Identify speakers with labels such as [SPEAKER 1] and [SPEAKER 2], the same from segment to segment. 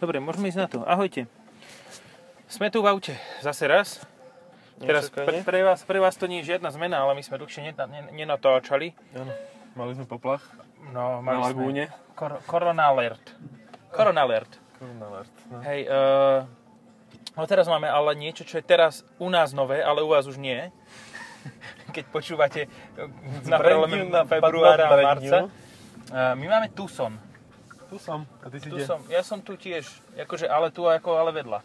[SPEAKER 1] Dobre, môžeme ísť na to. Ahojte. Sme tu v aute. Zase raz. Teraz pre,
[SPEAKER 2] Nečakanie.
[SPEAKER 1] pre, vás, pre vás to nie je žiadna zmena, ale my sme dlhšie neta- ne- nenatáčali.
[SPEAKER 2] Áno. Mali sme poplach
[SPEAKER 1] No,
[SPEAKER 2] na
[SPEAKER 1] mali sme
[SPEAKER 2] lagúne.
[SPEAKER 1] kor- korona alert. Korona alert.
[SPEAKER 2] Koronalert. No.
[SPEAKER 1] Hej, uh, no teraz máme ale niečo, čo je teraz u nás nové, ale u vás už nie. Keď počúvate eh, na prelome februára a marca. Uh, my máme Tucson.
[SPEAKER 2] Tu som. A ty si
[SPEAKER 1] Tu
[SPEAKER 2] kde?
[SPEAKER 1] som, ja som tu tiež, akože ale tu ako ale vedľa.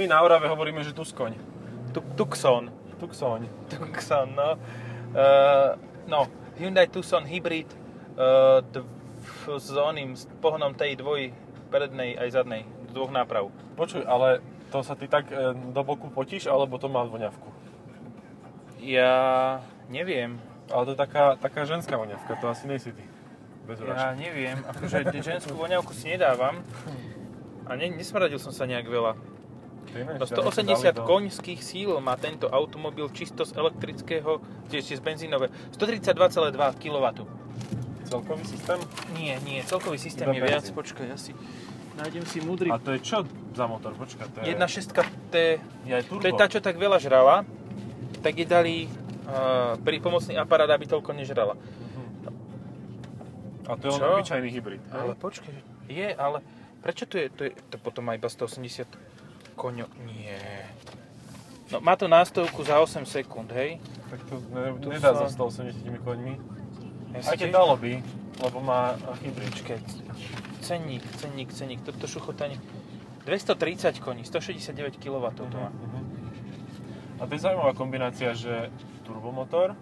[SPEAKER 2] My na Orave hovoríme, že Tuskoň.
[SPEAKER 1] Tu, Tucson.
[SPEAKER 2] Tuksoň.
[SPEAKER 1] Tucson, no. Uh, no, Hyundai Tucson Hybrid uh, dv- s oným, s pohonom tej dvoj prednej aj zadnej, dvoch náprav.
[SPEAKER 2] Počuj, ale to sa ty tak e, do boku potíš, alebo to má voňavku?
[SPEAKER 1] Ja neviem,
[SPEAKER 2] Ale to je taká, taká ženská voňavka, to asi nejsi ty. Bez
[SPEAKER 1] ja
[SPEAKER 2] ja.
[SPEAKER 1] neviem, akože ženskú voňavku si nedávam. A ne, nesmradil som sa nejak veľa. No 180 koňských síl má tento automobil čisto z elektrického, tiež z benzínové, 132,2 kW.
[SPEAKER 2] Celkový systém?
[SPEAKER 1] Nie, nie, celkový systém
[SPEAKER 2] Iba
[SPEAKER 1] je viac,
[SPEAKER 2] benzín.
[SPEAKER 1] počkaj, ja si nájdem si múdry.
[SPEAKER 2] A to je čo za motor? Počkaj, to je...
[SPEAKER 1] 1.6 T,
[SPEAKER 2] Ja je turbo.
[SPEAKER 1] to je tá, čo tak veľa žrala, tak jej dali uh, pri pomocný aparát, aby toľko nežrala.
[SPEAKER 2] Mhm. A to je len
[SPEAKER 1] Čo?
[SPEAKER 2] obyčajný hybrid.
[SPEAKER 1] Ale počkaj, je, ale prečo tu je, to, je, to potom má iba 180 koňo, nie. No má to nástojku za 8 sekúnd, hej?
[SPEAKER 2] Tak to ne,
[SPEAKER 1] Tu
[SPEAKER 2] nedá
[SPEAKER 1] sa-
[SPEAKER 2] so 180 koňmi.
[SPEAKER 1] Ja si
[SPEAKER 2] Aj keď
[SPEAKER 1] tiež-
[SPEAKER 2] dalo by, lebo má e, hybrid.
[SPEAKER 1] Počkaj, cenník, cenník, cenník, toto šuchotanie. 230 koní, 169 kW to má.
[SPEAKER 2] Mhm. A to je zaujímavá kombinácia, že turbomotor,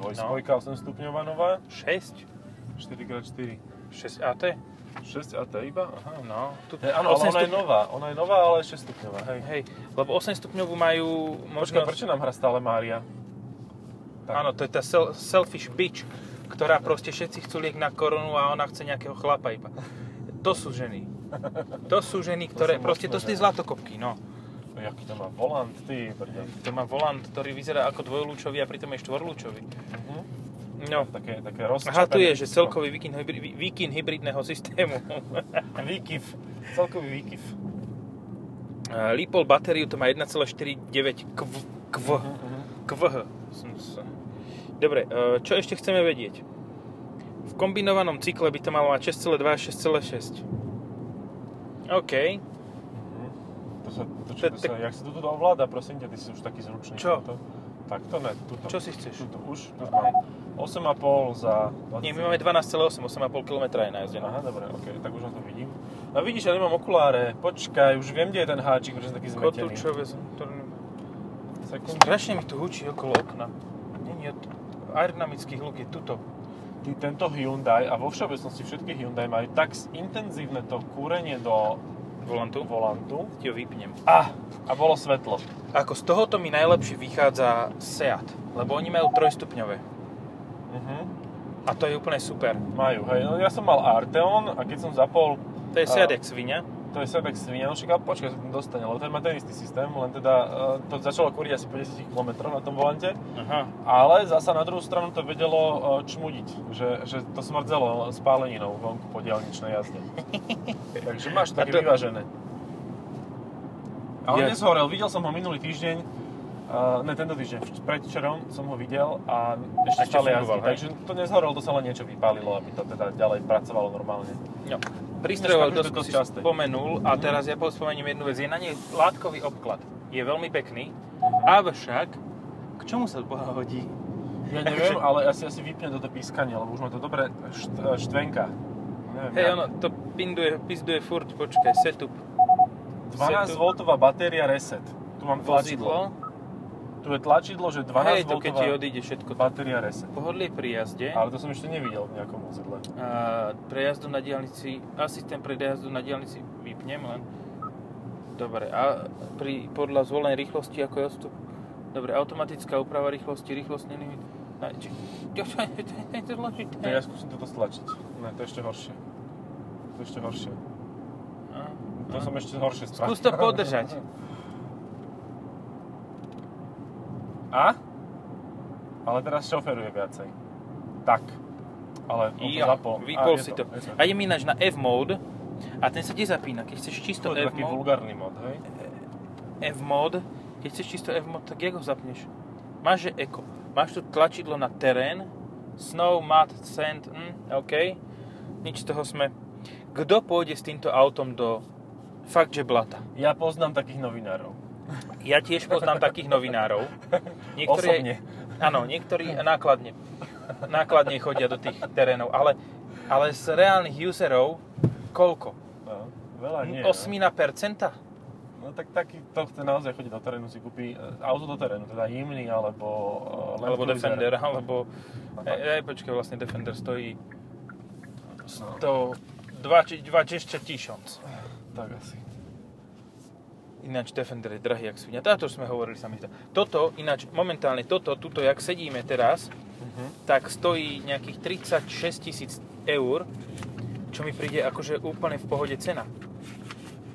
[SPEAKER 2] dvojspojka 8 stupňová nová,
[SPEAKER 1] 6?
[SPEAKER 2] 4x4,
[SPEAKER 1] 6 AT?
[SPEAKER 2] 6 AT iba, aha.
[SPEAKER 1] No. Tu,
[SPEAKER 2] Hej, áno, ale ona je nová, ona je nová, ale 6 stupňová, hej.
[SPEAKER 1] Hej, lebo 8 stupňovú majú
[SPEAKER 2] Počkaj,
[SPEAKER 1] možno...
[SPEAKER 2] prečo nám hrá stále Mária? Tak.
[SPEAKER 1] Áno, to je tá sel- selfish bitch, ktorá proste všetci chcú liek na korunu a ona chce nejakého chlapa iba. To sú ženy. To sú ženy, ktoré...
[SPEAKER 2] sú
[SPEAKER 1] proste
[SPEAKER 2] mocné
[SPEAKER 1] to sú tie
[SPEAKER 2] ženy.
[SPEAKER 1] zlatokopky, no.
[SPEAKER 2] Jaký to má volant, ty brďa.
[SPEAKER 1] To má volant, ktorý vyzerá ako dvojlúčový a pritom je štvorlúčový.
[SPEAKER 2] Mhm.
[SPEAKER 1] No.
[SPEAKER 2] Také, také rozčapené.
[SPEAKER 1] Aha, tu je, že celkový výkyn, hybri- vý- výkyn hybridného systému.
[SPEAKER 2] Výkyv, celkový výkyv.
[SPEAKER 1] Eh, Lipol batériu to má 1,49 kv, kv,
[SPEAKER 2] Mhm.
[SPEAKER 1] kvh. Som sa- Dobre, eh, čo ešte chceme vedieť? V kombinovanom cykle by to malo mať 6,2 a 6,6. OK.
[SPEAKER 2] Mhm. To sa, to, čo,
[SPEAKER 1] To je
[SPEAKER 2] to
[SPEAKER 1] tak-
[SPEAKER 2] sa, jak sa to tu ovláda, prosím ťa, ty si už taký zručný. No
[SPEAKER 1] Čo?
[SPEAKER 2] To, tak to ne, tuto.
[SPEAKER 1] Čo si chceš?
[SPEAKER 2] Tuto už, už mám 8,5 za... 20.
[SPEAKER 1] Nie, my máme 12,8, 8,5 km je no. najazdená.
[SPEAKER 2] Aha, dobre, ok, tak už na to vidím. A vidíš, ja nemám okuláre, počkaj, už viem, kde je ten háčik, pretože som taký zmetený.
[SPEAKER 1] Kotúčové zútorné.
[SPEAKER 2] Sekundu.
[SPEAKER 1] Strašne mi tu hučí okolo okna. Není od... Aerodynamický hluk je tuto.
[SPEAKER 2] Ty, tento Hyundai a vo všeobecnosti všetky Hyundai majú tak intenzívne to kúrenie do
[SPEAKER 1] Volantu.
[SPEAKER 2] volantu.
[SPEAKER 1] Ti ho vypnem.
[SPEAKER 2] A, a bolo svetlo.
[SPEAKER 1] Ako z tohoto mi najlepšie vychádza Seat, lebo oni majú trojstupňové.
[SPEAKER 2] Mhm.
[SPEAKER 1] A to je úplne super.
[SPEAKER 2] Majú, hej. No, ja som mal Arteon a keď som zapol
[SPEAKER 1] To je
[SPEAKER 2] A-
[SPEAKER 1] Seat jak svinia.
[SPEAKER 2] To je Sebex Svinia, no však ale počkaj, sa tam dostane, lebo ten má ten istý systém, len teda e, to začalo kúriť asi 50 km na tom volante,
[SPEAKER 1] Aha.
[SPEAKER 2] ale zasa na druhú stranu to vedelo e, čmudiť, že, že to smrdzelo spáleninou vonku po diálničnej jazde. Takže máš
[SPEAKER 1] A
[SPEAKER 2] také
[SPEAKER 1] to-
[SPEAKER 2] vyvážené. A on
[SPEAKER 1] Ja-
[SPEAKER 2] nezhorel, videl som ho minulý týždeň, uh, ne tento týždeň, vč- predvčerom som ho videl a ešte,
[SPEAKER 1] Ešte
[SPEAKER 2] stále
[SPEAKER 1] fungoval,
[SPEAKER 2] jazdí,
[SPEAKER 1] hej?
[SPEAKER 2] takže to nezhorel, to sa len niečo vypálilo, aby to teda ďalej pracovalo normálne.
[SPEAKER 1] No. Prístrojovú
[SPEAKER 2] Dneska akože
[SPEAKER 1] dosku
[SPEAKER 2] dosť
[SPEAKER 1] si
[SPEAKER 2] časté.
[SPEAKER 1] spomenul a teraz ja spomeniem jednu vec. Je na nej látkový obklad. Je veľmi pekný, avšak k čomu sa Boha hodí?
[SPEAKER 2] Ja neviem, ale asi, asi vypne toto pískanie, lebo už ma to dobre št, e, štvenka. Neviem,
[SPEAKER 1] Hej,
[SPEAKER 2] jak.
[SPEAKER 1] ono to pinduje, pizduje furt, počkaj, setup.
[SPEAKER 2] 12
[SPEAKER 1] setu-
[SPEAKER 2] V batéria reset. Tu mám tlačidlo.
[SPEAKER 1] Vozidlo.
[SPEAKER 2] Tu je tlačidlo, že 12
[SPEAKER 1] Hej,
[SPEAKER 2] V
[SPEAKER 1] to keď ti odíde všetko.
[SPEAKER 2] batéria reset.
[SPEAKER 1] Pohodlie pri jazde.
[SPEAKER 2] Ale to som ešte nevidel v nejakom vozidle.
[SPEAKER 1] A pre jazdu na diálnici, asistent pre jazdu na diálnici vypnem len. Dobre, a pri, podľa zvolenej rýchlosti ako je odstup. Dobre, automatická úprava rýchlosti, rýchlostný limit. A či- čo- čo- to je- to je to zložité.
[SPEAKER 2] Tak ja skúsim toto stlačiť. Ne, to je ešte horšie. To je ešte horšie.
[SPEAKER 1] A,
[SPEAKER 2] To
[SPEAKER 1] a.
[SPEAKER 2] som ešte horšie strach.
[SPEAKER 1] Skús to podržať.
[SPEAKER 2] A? Ale teraz šoferuje viacej. Tak. Ale koľko
[SPEAKER 1] Ja,
[SPEAKER 2] zapol. A,
[SPEAKER 1] vypol
[SPEAKER 2] je
[SPEAKER 1] si to.
[SPEAKER 2] to, je to.
[SPEAKER 1] A idem ináč na F mode, A ten sa tiež zapína. Keď chceš čisto
[SPEAKER 2] To je taký
[SPEAKER 1] F-mod,
[SPEAKER 2] vulgárny mod, hej?
[SPEAKER 1] F-mod, keď chceš čisto F-mod, tak jak ho zapneš? Máš, že eko. Máš tu tlačidlo na terén, snow, mud, sand, mm, OK. Nič z toho sme. Kto pôjde s týmto autom do fakt, že blata?
[SPEAKER 2] Ja poznám takých novinárov.
[SPEAKER 1] Ja tiež poznám takých novinárov.
[SPEAKER 2] Osobne.
[SPEAKER 1] Áno, niektorí nákladne, nákladne chodia do tých terénov, ale, ale z reálnych userov koľko?
[SPEAKER 2] No, veľa
[SPEAKER 1] Hm,
[SPEAKER 2] nie. no.
[SPEAKER 1] Osmina percenta?
[SPEAKER 2] No tak taký to chce naozaj chodiť do terénu, si kúpi e, auto do terénu, teda Jimny alebo e, Land
[SPEAKER 1] Alebo
[SPEAKER 2] Cruiser.
[SPEAKER 1] Defender, alebo...
[SPEAKER 2] No tak.
[SPEAKER 1] Aj, aj počkaj, vlastne Defender stojí
[SPEAKER 2] No,
[SPEAKER 1] to 26 tisíc.
[SPEAKER 2] tak asi.
[SPEAKER 1] Ináč Defender je drahý, jak svinia. Táto sme hovorili sa mi zdá. Toto, ináč momentálne toto, tuto, jak sedíme teraz,
[SPEAKER 2] Uh-huh.
[SPEAKER 1] tak stojí nejakých 36 tisíc eur, čo mi príde akože úplne v pohode cena.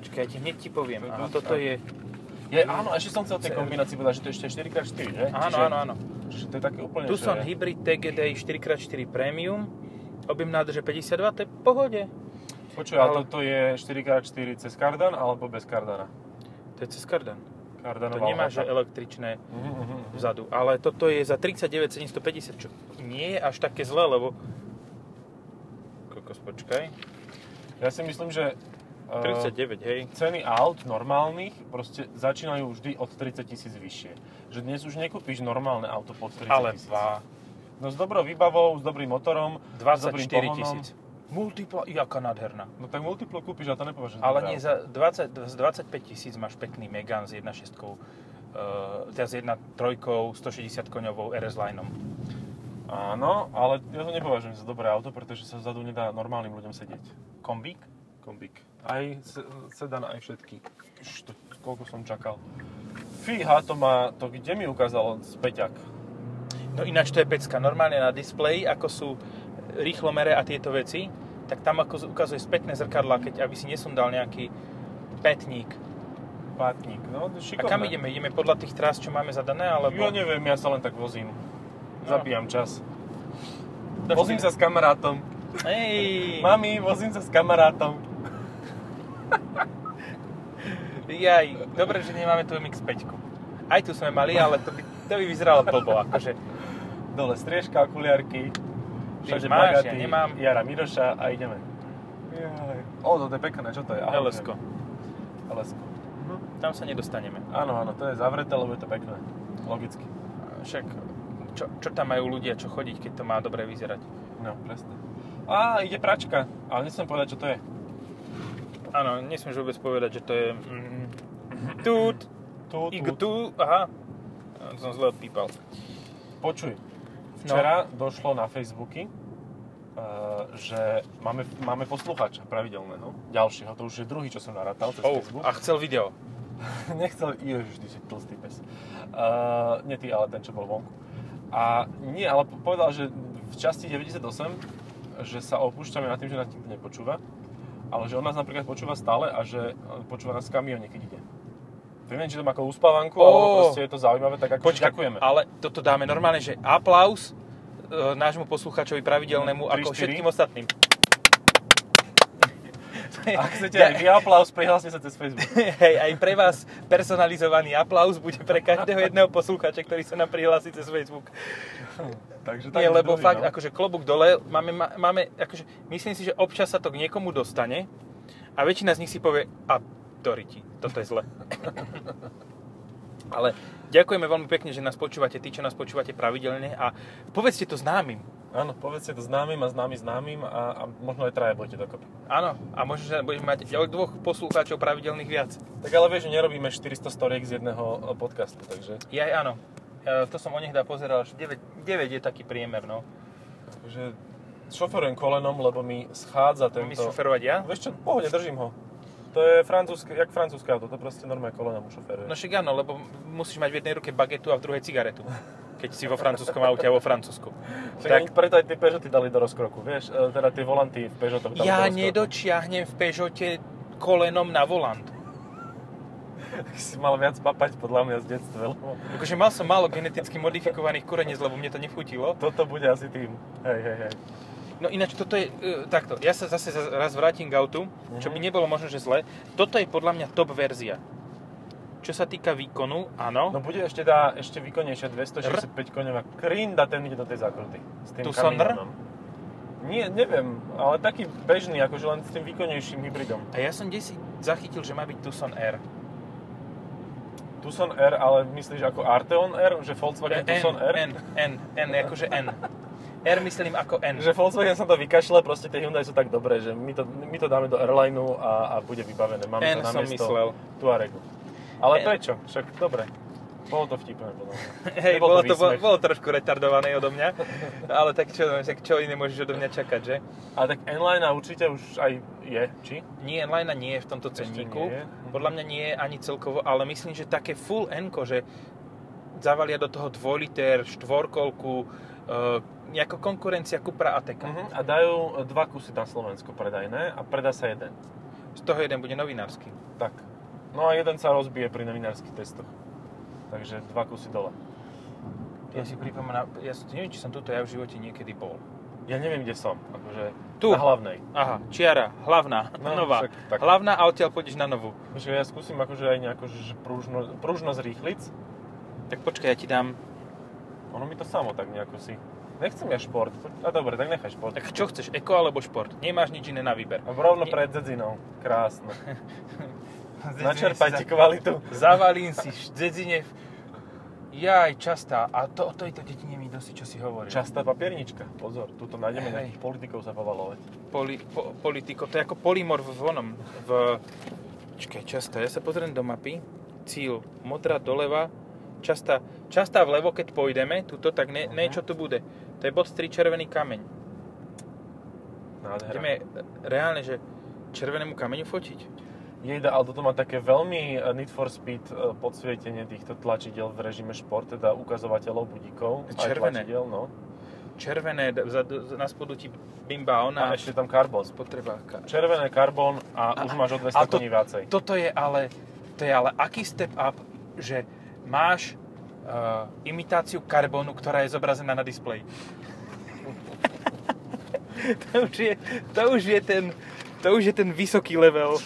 [SPEAKER 1] Počkaj, ja ti hneď ti poviem. Áno, toto je...
[SPEAKER 2] Je, áno, ešte som chcel tej
[SPEAKER 1] Cel-
[SPEAKER 2] kombinácii povedať, že to je ešte 4x4, že?
[SPEAKER 1] Áno,
[SPEAKER 2] Čiže-
[SPEAKER 1] no, áno, áno.
[SPEAKER 2] Čiže to je také úplne,
[SPEAKER 1] Tucson
[SPEAKER 2] že...
[SPEAKER 1] Hybrid TGD 4x4 Premium, objem nádrže 52, to je v pohode.
[SPEAKER 2] Počuj, ale
[SPEAKER 1] ale-
[SPEAKER 2] toto je 4x4 cez kardan alebo bez kardana?
[SPEAKER 1] To je cez kardan. To
[SPEAKER 2] Kardanová
[SPEAKER 1] nemá, že
[SPEAKER 2] lopata.
[SPEAKER 1] električné
[SPEAKER 2] Mhm, mhm, mhm.
[SPEAKER 1] vzadu. Ale toto je za 39 750, čo nie je až také zlé, lebo... Kokos, počkaj.
[SPEAKER 2] Ja si myslím, že... e,
[SPEAKER 1] 39, hej.
[SPEAKER 2] ceny aut normálnych proste začínajú vždy od 30 tisíc vyššie. Že dnes už nekúpiš normálne auto pod 30
[SPEAKER 1] Ale
[SPEAKER 2] tisíc.
[SPEAKER 1] vá.
[SPEAKER 2] No s dobrou výbavou, s dobrým motorom, s dobrým
[SPEAKER 1] 24
[SPEAKER 2] pohonom.
[SPEAKER 1] tisíc. Multipla, jaká nádherná.
[SPEAKER 2] No tak multiplo kúpiš a to nepovažuješ za
[SPEAKER 1] Ale
[SPEAKER 2] dobré
[SPEAKER 1] nie,
[SPEAKER 2] auto.
[SPEAKER 1] za 20, z 25 tisíc máš pekný Megane s 1.6, uh, teda s 1.3, 160 koňovou RS Lineom.
[SPEAKER 2] Áno, ale ja to nepovažujem za dobré auto, pretože sa vzadu nedá normálnym ľuďom sedieť.
[SPEAKER 1] Kombík?
[SPEAKER 2] Kombík. Aj se- sedan, aj všetky. Už to- Koľko som čakal. Fíha, to má, to kde mi ukázalo späťak?
[SPEAKER 1] No ináč to je pecka. Normálne na displeji, ako sú rýchlomere a tieto veci, tak tam ako z- ukazuje spätné zrkadla, keď aby si nesundal nejaký petník.
[SPEAKER 2] Pátnik, no
[SPEAKER 1] A
[SPEAKER 2] šikovné.
[SPEAKER 1] kam ideme? Ideme podľa tých trás, čo máme zadané, alebo...
[SPEAKER 2] Ja neviem, ja sa len tak vozím. Zabíjam čas.
[SPEAKER 1] Dobre.
[SPEAKER 2] Vozím sa s kamarátom.
[SPEAKER 1] Ej,
[SPEAKER 2] Mami, vozím sa s kamarátom.
[SPEAKER 1] jaj, dobre, že nemáme tu MX-5. Aj tu sme mali, ale to by, to by vyzeralo blbo, akože.
[SPEAKER 2] Dole striežka, okuliarky,
[SPEAKER 1] Ty
[SPEAKER 2] všade
[SPEAKER 1] máš,
[SPEAKER 2] plagáty,
[SPEAKER 1] ja nemám.
[SPEAKER 2] Jara Miroša a ideme. Jaj. O, to je pekné, čo to je? Aha,
[SPEAKER 1] LS-ko.
[SPEAKER 2] neviem. LS-ko.
[SPEAKER 1] Tam sa nedostaneme.
[SPEAKER 2] Áno, áno, to je zavreté, lebo je to pekné. Logicky.
[SPEAKER 1] Však, čo, čo tam majú ľudia, čo chodiť, keď to má dobre vyzerať?
[SPEAKER 2] No, presne. Á, ide pračka, ale nechcem povedať, čo to je.
[SPEAKER 1] Áno, nesmieš vôbec povedať, že to je... Mm, tut,
[SPEAKER 2] Tu,
[SPEAKER 1] ik tu, aha. Som zle odpípal.
[SPEAKER 2] Počuj,
[SPEAKER 1] No.
[SPEAKER 2] včera došlo na Facebooky, eh, že máme, máme poslucháča pravidelného, ďalšieho, to už je druhý, čo som narátal cez
[SPEAKER 1] Oh,
[SPEAKER 2] Facebook.
[SPEAKER 1] a chcel video.
[SPEAKER 2] Nechcel, ježiš, ty si tlstý pes. Uh, nie ty, ale ten, čo bol vonku. A nie, ale po- povedal, že v časti 98, že sa opúšťame nad tým, že nás nikto nepočúva, ale že on nás napríklad počúva stále a že eh, počúva nás v kamióne, keď ide. To Neviem, či to má ako úspavanku,
[SPEAKER 1] Ó.
[SPEAKER 2] alebo proste je to zaujímavé, tak ako
[SPEAKER 1] Počkaj,
[SPEAKER 2] ďakujeme.
[SPEAKER 1] ale toto dáme normálne, že aplaus e, nášmu posluchačovi pravidelnému,
[SPEAKER 2] Tri,
[SPEAKER 1] ako
[SPEAKER 2] štyri.
[SPEAKER 1] všetkým ostatným. To je-
[SPEAKER 2] Ak chcete
[SPEAKER 1] Ja-
[SPEAKER 2] aj vy aplaus, prihláste sa cez Facebook.
[SPEAKER 1] Hej, aj pre vás personalizovaný aplaus bude pre každého jedného posluchača, ktorý sa nám prihlási cez Facebook.
[SPEAKER 2] Takže
[SPEAKER 1] Nie,
[SPEAKER 2] už
[SPEAKER 1] lebo
[SPEAKER 2] druhý,
[SPEAKER 1] fakt,
[SPEAKER 2] no.
[SPEAKER 1] akože klobúk dole, máme, ma- máme, akože, myslím si, že občas sa to k niekomu dostane a väčšina z nich si povie, a doriti, toto je zle. Ale ďakujeme veľmi pekne, že nás počúvate, tí, čo nás počúvate pravidelne a povedzte to známym.
[SPEAKER 2] Áno, povedzte to známym a známy známym a, a možno aj traja budete dokopy.
[SPEAKER 1] Áno, a možno, že budeš mať ďalej dvoch poslucháčov pravidelných viac.
[SPEAKER 2] Tak ale vieš, že nerobíme 400 storiek z jedného eh, podcastu, takže...
[SPEAKER 1] Ja aj áno. E, to som onehda pozeral, že 9, 9 je taký priemer, no.
[SPEAKER 2] Takže šoferujem kolenom, lebo mi schádza
[SPEAKER 1] Tento... Mi
[SPEAKER 2] tento...
[SPEAKER 1] šoferovať ja?
[SPEAKER 2] Vieš čo, v pohode, držím ho. To je francúzske, jak francúzske auto, to proste normálne kolenom šoferuje.
[SPEAKER 1] No však áno, lebo musíš mať v jednej ruke bagetu a v druhej cigaretu. Keď si vo francúzskom aute a vo Francúzsku.
[SPEAKER 2] tak,
[SPEAKER 1] tak-
[SPEAKER 2] preto aj tie Peugeoty dali do rozkroku, vieš, e, teda tie volanty v Peugeotoch dali
[SPEAKER 1] Ja
[SPEAKER 2] do rozkroku.
[SPEAKER 1] nedočiahnem v Peugeote kolenom na volant.
[SPEAKER 2] Si mal viac papať podľa mňa z detstva, lebo
[SPEAKER 1] Akože mal som málo geneticky modifikovaných kurenec, lebo mne to nechutilo.
[SPEAKER 2] toto bude asi tým. Hej, hej, hej.
[SPEAKER 1] No ináč, toto je e, takto. Ja sa zase za- raz vrátim k autu, čo
[SPEAKER 2] Mhm.
[SPEAKER 1] by nebolo možno, že zle. Toto je podľa mňa top verzia. Čo sa týka výkonu, áno.
[SPEAKER 2] No bude ešte, tá, ešte výkonnejšia 265 koňová krinda, ten ide do tej zákruty. S tým
[SPEAKER 1] Tu sa nr?
[SPEAKER 2] kamionom. Nie, neviem, ale taký bežný, akože len s tým výkonnejším hybridom.
[SPEAKER 1] A ja som desi zachytil, že má byť Tucson R.
[SPEAKER 2] Tucson R, ale myslíš ako Arteon R? Že Volkswagen Tucson R?
[SPEAKER 1] N, N, N, akože N. R myslím ako N.
[SPEAKER 2] Že Volkswagen sa to vykašle, proste tie Hyundai sú tak dobré, že my to, my to dáme do airlineu a, a bude vybavené.
[SPEAKER 1] N
[SPEAKER 2] Máme to
[SPEAKER 1] som
[SPEAKER 2] namiesto
[SPEAKER 1] myslel.
[SPEAKER 2] Tuaregu.
[SPEAKER 1] N.
[SPEAKER 2] Ale prečo? Však dobre. Bolo to vtipné, podľa mňa.
[SPEAKER 1] Hej,
[SPEAKER 2] Nebol
[SPEAKER 1] bolo to,
[SPEAKER 2] to
[SPEAKER 1] bolo,
[SPEAKER 2] výsmech.
[SPEAKER 1] bolo trošku retardované odo mňa, ale tak čo, tak čo iné môžeš odo mňa čakať, že?
[SPEAKER 2] Ale tak N-Line určite už aj je, či?
[SPEAKER 1] Nie, Lina nie je v tomto
[SPEAKER 2] Ešte
[SPEAKER 1] cenníku.
[SPEAKER 2] nie je.
[SPEAKER 1] Podľa mňa nie Mhm. je ani celkovo, ale myslím, že také full n že zavalia do toho 2 liter, štvorkolku, e, ako konkurencia Cupra Ateca.
[SPEAKER 2] Uh-huh. A dajú dva kusy na Slovensko predajné a predá sa jeden.
[SPEAKER 1] Z toho jeden bude novinársky.
[SPEAKER 2] Tak. No a jeden sa rozbije pri novinárskych testoch. Takže dva kusy dole.
[SPEAKER 1] Ja si pripomínam, ja si, neviem, či som tuto ja v živote niekedy bol.
[SPEAKER 2] Ja neviem, kde som. Akože
[SPEAKER 1] Tu.
[SPEAKER 2] Na hlavnej.
[SPEAKER 1] Aha, čiara, hlavná,
[SPEAKER 2] No,
[SPEAKER 1] nová.
[SPEAKER 2] však tak.
[SPEAKER 1] Hlavná a odtiaľ pôjdeš na novú.
[SPEAKER 2] Takže ja skúsim akože aj nejakú že pružno, pružnosť rýchlic.
[SPEAKER 1] Tak počkaj, ja ti dám...
[SPEAKER 2] Ono mi to samo tak nejako si... Nechcem ja šport. A dobre, tak nechaj šport.
[SPEAKER 1] Tak čo chceš, eko alebo šport? Nemáš nič iné na výber.
[SPEAKER 2] A rovno
[SPEAKER 1] Nie.
[SPEAKER 2] pred Zedzinou. Krásne. Načerpaj ti kvalitu.
[SPEAKER 1] Zavalím si v dedzine... v- Jaj, častá. A to, o tejto dedine mi dosi, čo si hovoril.
[SPEAKER 2] Častá papiernička. Pozor, tuto nájdeme
[SPEAKER 1] Hej.
[SPEAKER 2] nejakých politikov sa povalovať.
[SPEAKER 1] Poli, po, politiko, to je ako polimor v onom. V... Čakaj, častá. Ja sa pozriem do mapy. Cíl. Modrá doľava. Častá, častá vlevo, keď pôjdeme, tuto, tak ne,
[SPEAKER 2] Mhm.
[SPEAKER 1] niečo tu bude. To je bod 3, červený kameň.
[SPEAKER 2] Nádhera.
[SPEAKER 1] Ideme e, reálne, že červenému kameňu fotiť.
[SPEAKER 2] Jejda, ale toto má také veľmi eh, Need for Speed eh, podsvietenie týchto tlačidel v režime šport, teda ukazovateľov budíkov. aj
[SPEAKER 1] Červené.
[SPEAKER 2] Tlačidel, no.
[SPEAKER 1] Červené, d- za, d- na spodu ti bimba
[SPEAKER 2] A
[SPEAKER 1] ona.
[SPEAKER 2] ešte tam karbon.
[SPEAKER 1] Potreba. ka-
[SPEAKER 2] Červené karbon a, už máš o 200
[SPEAKER 1] a to-
[SPEAKER 2] koní viacej.
[SPEAKER 1] Toto je ale, to je ale aký step up, že máš uh, imitáciu karbonu, ktorá je zobrazená na displeji. to, už je, to, už je ten, to už je ten vysoký level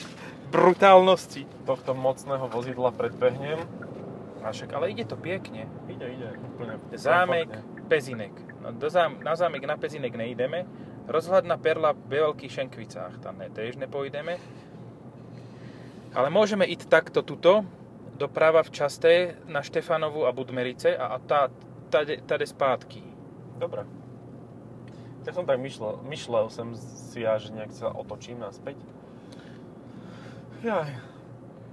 [SPEAKER 1] brutálnosti.
[SPEAKER 2] Tohto mocného vozidla predbehnem.
[SPEAKER 1] A však, ale ide to pekne.
[SPEAKER 2] Ide, ide. Úplne
[SPEAKER 1] Zámek,
[SPEAKER 2] komfortne.
[SPEAKER 1] Pezinek. No, do zám, na zámek, na Pezinek nejdeme. Rozhľadná perla ve Veľkých Šenkvicách. Tam ne, tiež nepojdeme. Ale môžeme ísť takto tuto, doprava v Časté, na Štefanovu a Budmerice a, a tá, tade, tade spátky.
[SPEAKER 2] Dobre. Ja som tak myšlel, myšlel som si ja, že nejak sa otočím naspäť. Jaj.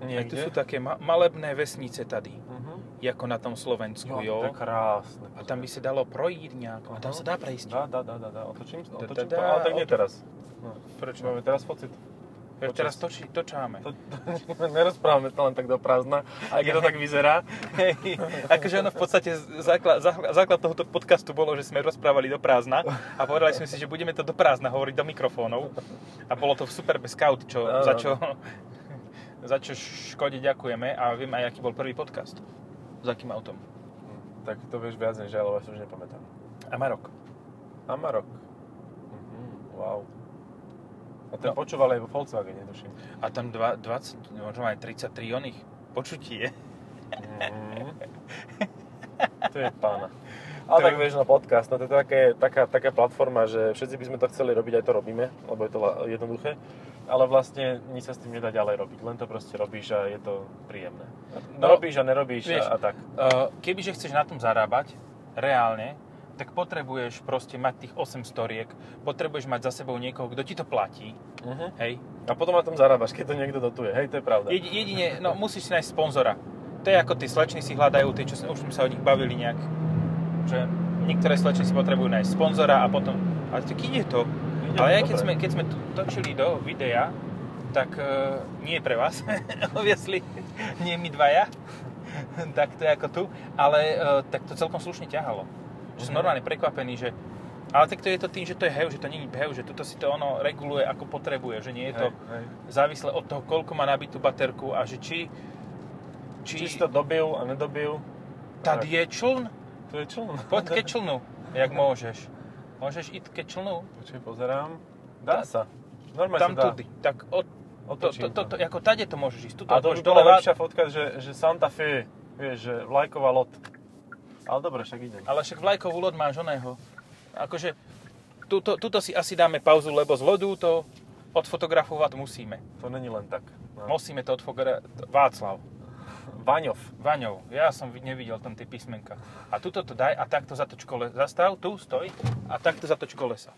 [SPEAKER 1] Aj tu sú
[SPEAKER 2] Niekde.
[SPEAKER 1] také ma- malebné vesnice tady,
[SPEAKER 2] Mhm.
[SPEAKER 1] ako na tom Slovensku,
[SPEAKER 2] Jo,
[SPEAKER 1] jo.
[SPEAKER 2] to je krásne. No.
[SPEAKER 1] A tam by sa dalo projít nejako. A tam sa dá prejsť.
[SPEAKER 2] Dá, dá, dá, dá, dá. otočím,
[SPEAKER 1] Da,
[SPEAKER 2] otočím
[SPEAKER 1] da,
[SPEAKER 2] to,
[SPEAKER 1] da,
[SPEAKER 2] ale tak nie
[SPEAKER 1] oto-
[SPEAKER 2] teraz. No.
[SPEAKER 1] Prečo?
[SPEAKER 2] Máme teraz pocit.
[SPEAKER 1] Ja Teraz točí, točáme.
[SPEAKER 2] To, to, nerozprávame to len tak do prázdna, aj keď to tak vyzerá.
[SPEAKER 1] Hej, akože ono v podstate z- základ, základ, základ tohoto podcastu bolo, že sme rozprávali do prázdna a povedali sme si, že budeme to do prázdna hovoriť do mikrofónov a bolo to super bez kaut, čo,
[SPEAKER 2] Áno.
[SPEAKER 1] za čo za čo Škode ďakujeme a viem aj, aký bol prvý podcast. S akým autom.
[SPEAKER 2] Tak to vieš viac než ja, lebo ja si už nepamätám.
[SPEAKER 1] Amarok.
[SPEAKER 2] Amarok. Mhm, wow. A ten
[SPEAKER 1] No.
[SPEAKER 2] počúval aj vo Volkswagene, tuším.
[SPEAKER 1] A tam dva, 20, možno aj 33 oných počutie.
[SPEAKER 2] Mhm. To je pána. Ale tak vieš, no podcast, no to je také, taká, taká platforma, že všetci by sme to chceli robiť, aj to robíme, lebo je to la- jednoduché, ale vlastne nič sa s tým nedá ďalej robiť, len to proste robíš a je to príjemné. No,
[SPEAKER 1] No,
[SPEAKER 2] robíš a nerobíš
[SPEAKER 1] vieš,
[SPEAKER 2] a, a tak.
[SPEAKER 1] Uh, kebyže chceš na tom zarábať, reálne, tak potrebuješ proste mať tých 8 storiek, potrebuješ mať za sebou niekoho, kto ti to platí,
[SPEAKER 2] Uh-huh.
[SPEAKER 1] hej,
[SPEAKER 2] A potom na tom zarábaš, keď to niekto dotuje, hej, to je pravda.
[SPEAKER 1] Mhm. Jedi, jedine, no musíš si nájsť sponzora. To je ako tie slečny si hľadajú, tie, čo sme, už sme sa o nich bavili nejak. Že niektoré slečny si potrebujú nájsť sponzora a potom... Ale tak ide to.
[SPEAKER 2] Ide
[SPEAKER 1] ale
[SPEAKER 2] to
[SPEAKER 1] aj keď
[SPEAKER 2] dobre.
[SPEAKER 1] sme, keď sme tu točili do videa, tak e, nie pre vás, obviously, nie my dvaja, tak to je ako tu, ale e, tak to celkom slušne ťahalo. Že som
[SPEAKER 2] Mhm.
[SPEAKER 1] normálne prekvapený, že ale tak to je to tým, že to je heu, že to není heu, že tuto si to ono reguluje ako potrebuje, že nie je to
[SPEAKER 2] Hej, hej.
[SPEAKER 1] závisle od toho, koľko má nabitú baterku a že či, či,
[SPEAKER 2] Či si to dobil a nedobil,
[SPEAKER 1] tady je čln,
[SPEAKER 2] to je čo?
[SPEAKER 1] poď ke člnu, jak môžeš. Môžeš ísť ke člnu?
[SPEAKER 2] Počkaj, pozerám. Dá sa. Normálne
[SPEAKER 1] Tam
[SPEAKER 2] sa dá.
[SPEAKER 1] tudy. Tak od, to,
[SPEAKER 2] Otočím
[SPEAKER 1] to, to, to, ako tade to môžeš ísť. Tuto
[SPEAKER 2] A to
[SPEAKER 1] môžeš
[SPEAKER 2] už bola
[SPEAKER 1] dole vá-
[SPEAKER 2] lepšia fotka, že, že Santa Fe, vieš, že vlajková loď. Ale dobre, však idem.
[SPEAKER 1] Ale však vlajkovú loď máš oného. Akože, tuto, tuto si asi dáme pauzu, lebo z lodu to odfotografovať musíme.
[SPEAKER 2] To není len tak. No.
[SPEAKER 1] Musíme to odfotografovať. Václav.
[SPEAKER 2] Vaňov.
[SPEAKER 1] Vaňov, ja som vi- nevidel tam tie písmenka. A tuto to daj a takto zatoč kole. Zastav, tu, stoj a takto zatoč kolesa.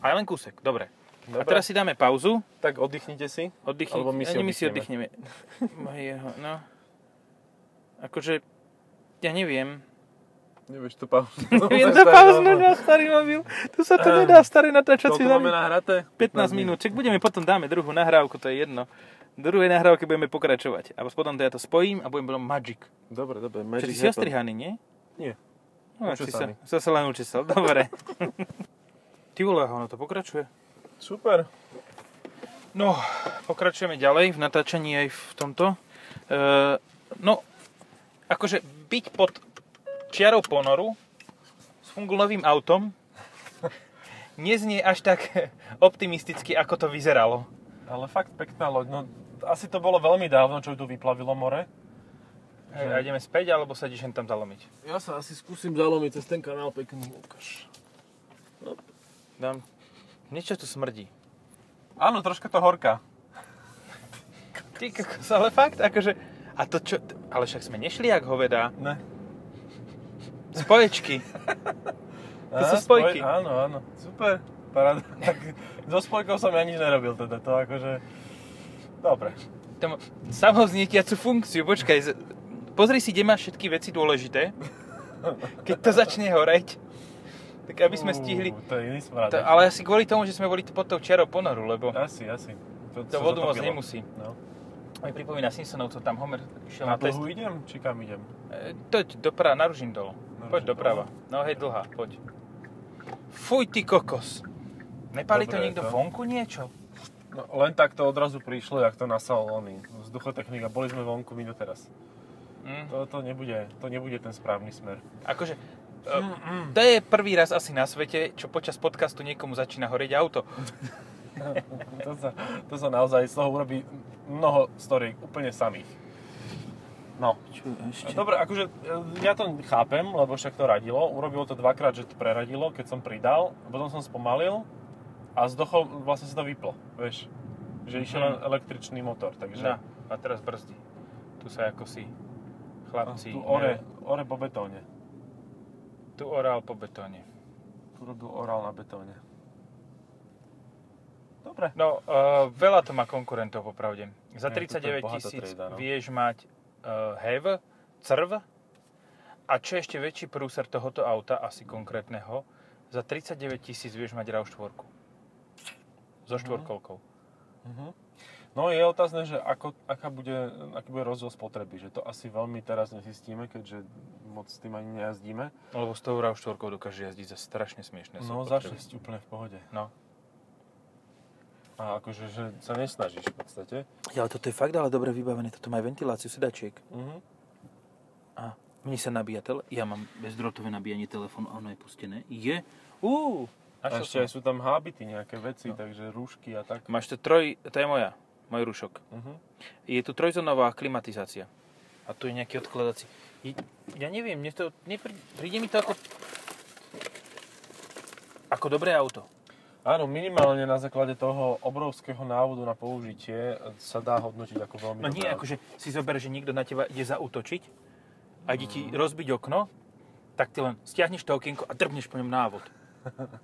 [SPEAKER 1] A len kúsek, dobre. dobre. A
[SPEAKER 2] Dobre.
[SPEAKER 1] teraz si dáme pauzu.
[SPEAKER 2] Tak oddychnite si.
[SPEAKER 1] Oddychni,
[SPEAKER 2] Alebo my si
[SPEAKER 1] ani my si
[SPEAKER 2] oddychneme.
[SPEAKER 1] oddychneme. Jeho, no. Akože, ja neviem.
[SPEAKER 2] Nevieš tu pauzu.
[SPEAKER 1] Neviem to no. pauznúť na starý mobil. Tu sa to nedá, starý
[SPEAKER 2] Čo
[SPEAKER 1] natáčací
[SPEAKER 2] to máme nahraté?
[SPEAKER 1] 15 minút. Čak budeme potom dáme druhú nahrávku, to je jedno. V druhej nahrávke budeme pokračovať. A potom to ja to spojím a budem potom Magic.
[SPEAKER 2] Dobre,
[SPEAKER 1] Čiže ty
[SPEAKER 2] dobre. Magic
[SPEAKER 1] si
[SPEAKER 2] happen.
[SPEAKER 1] ostrihaný, nie?
[SPEAKER 2] Nie.
[SPEAKER 1] No,
[SPEAKER 2] Učesaný.
[SPEAKER 1] si sa, sa, sa len učesal. Dobre. Ty vole, ono to pokračuje.
[SPEAKER 2] Super.
[SPEAKER 1] No, pokračujeme ďalej v natáčaní aj v tomto. E, no, akože byť pod čiarou ponoru s fungulovým autom neznie až tak optimisticky, ako to vyzeralo.
[SPEAKER 2] Ale fakt pekná loď. No, asi to bolo veľmi dávno, čo ju tu vyplavilo more.
[SPEAKER 1] Hej, a ideme späť, alebo sa ideš hen tam zalomiť?
[SPEAKER 2] Ja sa asi skúsim zalomiť cez ten kanál pekný, ukáž.
[SPEAKER 1] Dám. Niečo tu smrdí.
[SPEAKER 2] Áno, troška to horká.
[SPEAKER 1] Ty kokos, ale fakt, akože... A to čo... Ale však sme nešli jak hovedá.
[SPEAKER 2] Ne.
[SPEAKER 1] Spoječky. To
[SPEAKER 2] Á,
[SPEAKER 1] sú spojky.
[SPEAKER 2] Spoj, áno, áno. Super. Paráda. Tak so spojkou som ja nič nerobil teda. To akože... Dobre.
[SPEAKER 1] Tam samovznietiacu funkciu. Počkaj, z... pozri si, kde máš všetky veci dôležité. Keď to začne horeť, tak aby sme
[SPEAKER 2] Uú,
[SPEAKER 1] stihli...
[SPEAKER 2] To je iný smrad.
[SPEAKER 1] To, ale asi kvôli tomu, že sme boli pod tou čiarou ponoru, lebo
[SPEAKER 2] Asi, asi.
[SPEAKER 1] to
[SPEAKER 2] sa
[SPEAKER 1] vodu moc
[SPEAKER 2] zatopilo.
[SPEAKER 1] nemusí.
[SPEAKER 2] No.
[SPEAKER 1] Mi pripomína Simpsonov, to tam Homer išiel
[SPEAKER 2] Na
[SPEAKER 1] na test.
[SPEAKER 2] dlhu idem? Či kam idem?
[SPEAKER 1] E, Toď doprava, na ružin dolo.
[SPEAKER 2] Na
[SPEAKER 1] Poď
[SPEAKER 2] Ružin
[SPEAKER 1] doprava. No hej, dlhá, poď. Fuj, ty kokos. Nepali to
[SPEAKER 2] Dobré je
[SPEAKER 1] niekto
[SPEAKER 2] to.
[SPEAKER 1] vonku niečo?
[SPEAKER 2] No, len tak to odrazu prišlo, jak to nasal oný. Vzduchotechnika. Boli sme vonku my doteraz.
[SPEAKER 1] Mm.
[SPEAKER 2] To, to, nebude, to nebude ten správny smer.
[SPEAKER 1] Akože, e, to je prvý raz asi na svete, čo počas podcastu niekomu začína horeť auto.
[SPEAKER 2] To sa, to sa naozaj z toho urobí mnoho storiek úplne samých. No.
[SPEAKER 1] Čo ešte?
[SPEAKER 2] Dobre, akože e, ja to chápem, lebo však to radilo. Urobilo to dvakrát, že to preradilo, keď som pridal, potom som spomalil a z dochol vlastne sa to vyplo, vieš. Že išiel len
[SPEAKER 1] Mhm.
[SPEAKER 2] električný motor,
[SPEAKER 1] Na,
[SPEAKER 2] takže...
[SPEAKER 1] a teraz brzdi. Tu sa ako si
[SPEAKER 2] A
[SPEAKER 1] chlapci...
[SPEAKER 2] Tu
[SPEAKER 1] ne-
[SPEAKER 2] ore, ore po betóne.
[SPEAKER 1] tu orál po betóne.
[SPEAKER 2] Tu robil orál na betóne. Dobre.
[SPEAKER 1] No, uh, veľa to má konkurentov, popravde. Za
[SPEAKER 2] Je, toto je
[SPEAKER 1] 39
[SPEAKER 2] bohatá
[SPEAKER 1] tisíc
[SPEAKER 2] trieda, no.
[SPEAKER 1] vieš mať uh, HEV, CRV a čo je ešte väčší prúser tohoto auta, asi konkrétneho, za 39 tisíc vieš mať RAV4. So štvorkolkou.
[SPEAKER 2] Mhm. No je otázne, že ako, aká bude, aký bude rozdiel spotreby, že to asi veľmi teraz nezistíme, keďže moc s tým ani nejazdíme.
[SPEAKER 1] Lebo s tou RAV4 dokáže jazdiť za strašne smiešné
[SPEAKER 2] No
[SPEAKER 1] sú
[SPEAKER 2] za
[SPEAKER 1] potreby.
[SPEAKER 2] 6 úplne v pohode.
[SPEAKER 1] No.
[SPEAKER 2] A akože že sa nesnažíš v podstate.
[SPEAKER 1] Ja, ale toto je fakt ale dobre vybavené. Toto má aj ventiláciu sedačiek.
[SPEAKER 2] Mhm.
[SPEAKER 1] A mne sa nabíja tele... Ja mám bezdrotové nabíjanie telefónu a ono je pustené. Je... Uú!
[SPEAKER 2] A ešte aj sú tam hábity, nejaké veci,
[SPEAKER 1] No.
[SPEAKER 2] takže rúšky a tak.
[SPEAKER 1] Máš tu troj... To je moja. Môj rušok.
[SPEAKER 2] Mhm.
[SPEAKER 1] Je tu trojzónová klimatizácia. A tu je nejaký odkladací. Je- Ja neviem, mne to... Nepr... Príde mi to ako... Ako dobré auto.
[SPEAKER 2] Áno, minimálne na základe toho obrovského návodu na použitie sa dá hodnotiť ako veľmi
[SPEAKER 1] No nie,
[SPEAKER 2] dobré
[SPEAKER 1] akože si zober, že niekto na teba ide zautočiť a ide ti rozbiť okno, tak ty len stiahneš to okienko a drbneš po ňom návod.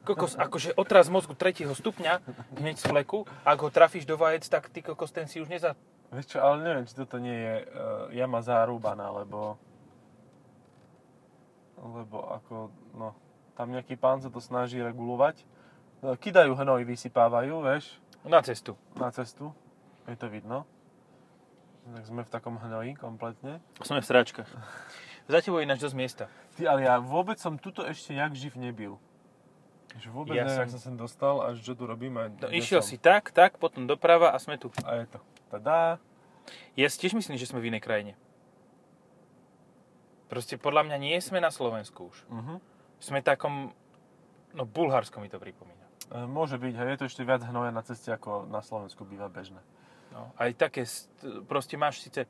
[SPEAKER 1] Kokos, akože otraz mozgu 3. stupňa hneď z fleku, ak ho trafíš do vajec, tak ty kokos ten si už neza...
[SPEAKER 2] Vieš čo, ale neviem, či toto nie je uh, jama zárúbaná, lebo... Lebo ako, no, tam nejaký pán sa to snaží regulovať. No, Kidajú hnoj, vysypávajú, vieš,
[SPEAKER 1] na cestu.
[SPEAKER 2] na cestu. Je to vidno. Tak sme v takom hnoji kompletne.
[SPEAKER 1] Sme v sráčkach. Za tebou je ináč dosť miesta.
[SPEAKER 2] Ty, ale ja vôbec som tuto ešte jak živ nebil. Že vôbec
[SPEAKER 1] Ja
[SPEAKER 2] ja neviem,
[SPEAKER 1] som-
[SPEAKER 2] som... som sem dostal a čo tu robím a
[SPEAKER 1] No,
[SPEAKER 2] kde
[SPEAKER 1] išiel
[SPEAKER 2] som.
[SPEAKER 1] si tak, tak, potom doprava a sme tu.
[SPEAKER 2] A je to. Tadá.
[SPEAKER 1] Ja si tiež myslím, že sme v inej krajine. Proste podľa mňa nie sme na Slovensku už.
[SPEAKER 2] Mhm.
[SPEAKER 1] Sme takom No Bulharsko mi to pripomína.
[SPEAKER 2] E, Môže byť, hej, je to ešte viac hnoja na ceste, ako na Slovensku býva bežné.
[SPEAKER 1] No, aj také, st- proste máš síce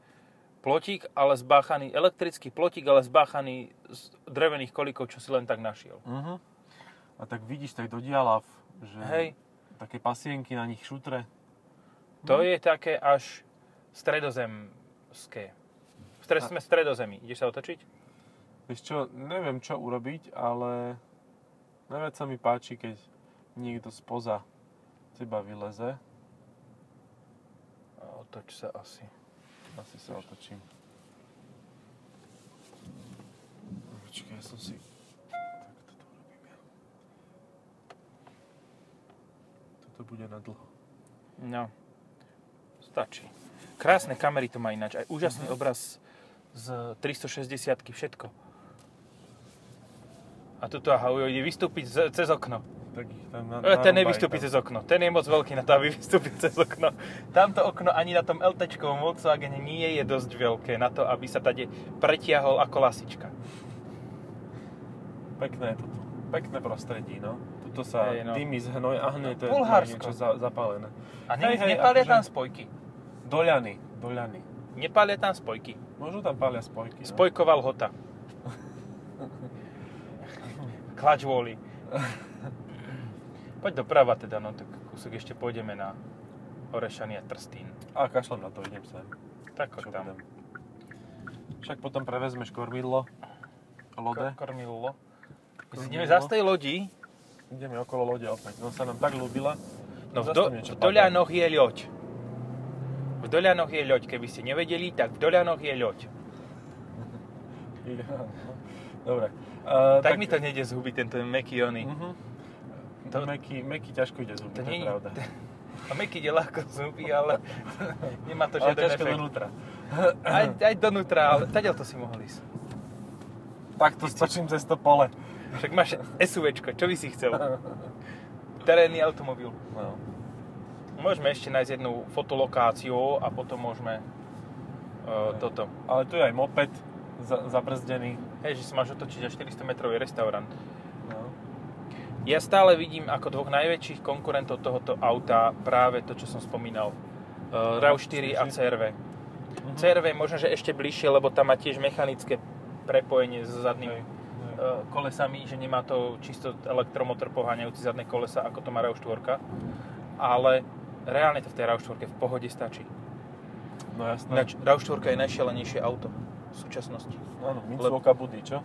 [SPEAKER 1] plotík, ale zbáchaný, elektrický plotík, ale zbáchaný z drevených kolikov, čo si len tak našiel.
[SPEAKER 2] Uh-huh. A tak vidíš tak do dialav, že
[SPEAKER 1] Hej,
[SPEAKER 2] také pasienky na nich šutre. Mhm.
[SPEAKER 1] to je také až stredozemské. Stre- sme v stredozemí. Ideš sa otočiť?
[SPEAKER 2] Vieš čo, neviem čo urobiť, ale najviac sa mi páči, keď niekto spoza teba vyleze.
[SPEAKER 1] Otoč sa asi.
[SPEAKER 2] Asi sa otočím. Počkaj, ja som si... Tak toto urobím ja. Toto bude na dlho.
[SPEAKER 1] No, stačí. Krásne kamery to má ináč. Aj úžasný obraz z 360 všetko. A tuto aha, ujo, ide vystúpiť z- cez okno.
[SPEAKER 2] Tak ich tam na,
[SPEAKER 1] E, ten
[SPEAKER 2] narúbaj
[SPEAKER 1] nevystúpi
[SPEAKER 2] tam.
[SPEAKER 1] cez okno. Ten je moc veľký na to, aby vystúpil cez okno. Tamto okno ani na tom LT-čkovom Volkswagene nie je dosť veľké na to, aby sa tade pretiahol ako lasička.
[SPEAKER 2] Pekné toto. Pekné prostredí, no. Tuto sa
[SPEAKER 1] Hej,
[SPEAKER 2] Hej,
[SPEAKER 1] no.
[SPEAKER 2] no. dymí z hnoj a hne, to je
[SPEAKER 1] Bulharsko.
[SPEAKER 2] niečo za, zapálené.
[SPEAKER 1] A ne,
[SPEAKER 2] Hej, hej,
[SPEAKER 1] nepália
[SPEAKER 2] akože-
[SPEAKER 1] tam spojky.
[SPEAKER 2] Doľany, doľany.
[SPEAKER 1] Nepália tam spojky.
[SPEAKER 2] Možno tam pália spojky. no.
[SPEAKER 1] Spojkoval hota. Klač voli. Poď doprava teda, no tak kúsok ešte pôjdeme na Orešany a Trstín.
[SPEAKER 2] A kašlem na to, idem sem.
[SPEAKER 1] Tak
[SPEAKER 2] Čo
[SPEAKER 1] tam.
[SPEAKER 2] budem. Však potom prevezmeš kormidlo, lode.
[SPEAKER 1] Ko- Kormidlo. My si
[SPEAKER 2] Kormidlo.
[SPEAKER 1] ideme zás tej lodi.
[SPEAKER 2] Ideme okolo lode opäť. No sa nám tak ľúbila.
[SPEAKER 1] No v,
[SPEAKER 2] Zas
[SPEAKER 1] do,
[SPEAKER 2] tam niečo
[SPEAKER 1] v Doľanoch je ľoď. V Doľanoch je ľoď. Keby ste nevedeli, tak v Doľanoch je ľoď.
[SPEAKER 2] Ide- Dobre. Uh,
[SPEAKER 1] Tak, mi to Hm? nejde zhubiť, tento mekiony.
[SPEAKER 2] Uh-huh.
[SPEAKER 1] To-
[SPEAKER 2] To... Meky, meky ťažko ide
[SPEAKER 1] To
[SPEAKER 2] zhubiť, to,
[SPEAKER 1] nie
[SPEAKER 2] je
[SPEAKER 1] je-
[SPEAKER 2] pravda.
[SPEAKER 1] A meky ide ľahko zhuby, ale nemá to
[SPEAKER 2] Ale
[SPEAKER 1] žiaden
[SPEAKER 2] ťažko
[SPEAKER 1] efekt.
[SPEAKER 2] donútra.
[SPEAKER 1] Aj, aj donútra, ale tadiaľ to si mohol ísť.
[SPEAKER 2] Takto stočím cez to pole.
[SPEAKER 1] Však máš SUVčko, čo by si chcel? Terénny automobil.
[SPEAKER 2] No.
[SPEAKER 1] Môžeme ešte nájsť jednu fotolokáciu a potom môžeme uh, toto.
[SPEAKER 2] Ale tu je aj moped za, zabrzdený.
[SPEAKER 1] Hej, že si máš otočiť a 400 metrový restaurant.
[SPEAKER 2] No.
[SPEAKER 1] Ja stále vidím ako dvoch najväčších konkurentov tohoto auta práve to, čo som spomínal. Uh, RAV4 a CRV.
[SPEAKER 2] Mhm.
[SPEAKER 1] CRV možno, že ešte bližšie, lebo tam má tiež mechanické prepojenie s zadným
[SPEAKER 2] Hej, hej.
[SPEAKER 1] eh, kolesami, že nemá to čisto elektromotor poháňajúci zadné kolesa, ako to má RAV4, ale reálne to v tej RAV4 v pohode stačí.
[SPEAKER 2] No jasné.
[SPEAKER 1] Ináč RAV4 je najšialenejšie auto v súčasnosti.
[SPEAKER 2] Áno, Mitsuoka Buddy, čo?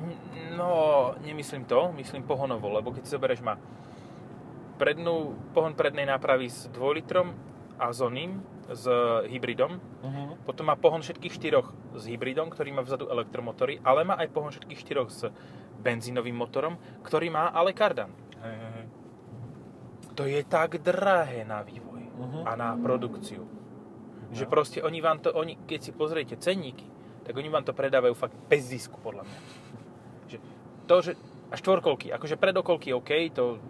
[SPEAKER 1] N- Hm, No, nemyslím to, myslím pohonovo, lebo keď si zoberieš ma prednú, pohon prednej nápravy s 2 litrom a s oným, s hybridom,
[SPEAKER 2] Uh-huh.
[SPEAKER 1] potom má pohon všetkých štyroch s hybridom, ktorý má vzadu elektromotory, ale má aj pohon všetkých štyroch s benzínovým motorom, ktorý má ale kardan.
[SPEAKER 2] Hej, hej, hej.
[SPEAKER 1] To je tak drahé na vývoj
[SPEAKER 2] Mhm.
[SPEAKER 1] a na produkciu. Že
[SPEAKER 2] No.
[SPEAKER 1] proste oni vám to, oni, keď si pozriete cenníky, tak oni vám to predávajú fakt bez zisku, podľa mňa. Že to, že, a štvorkolky, akože predokolky OK, to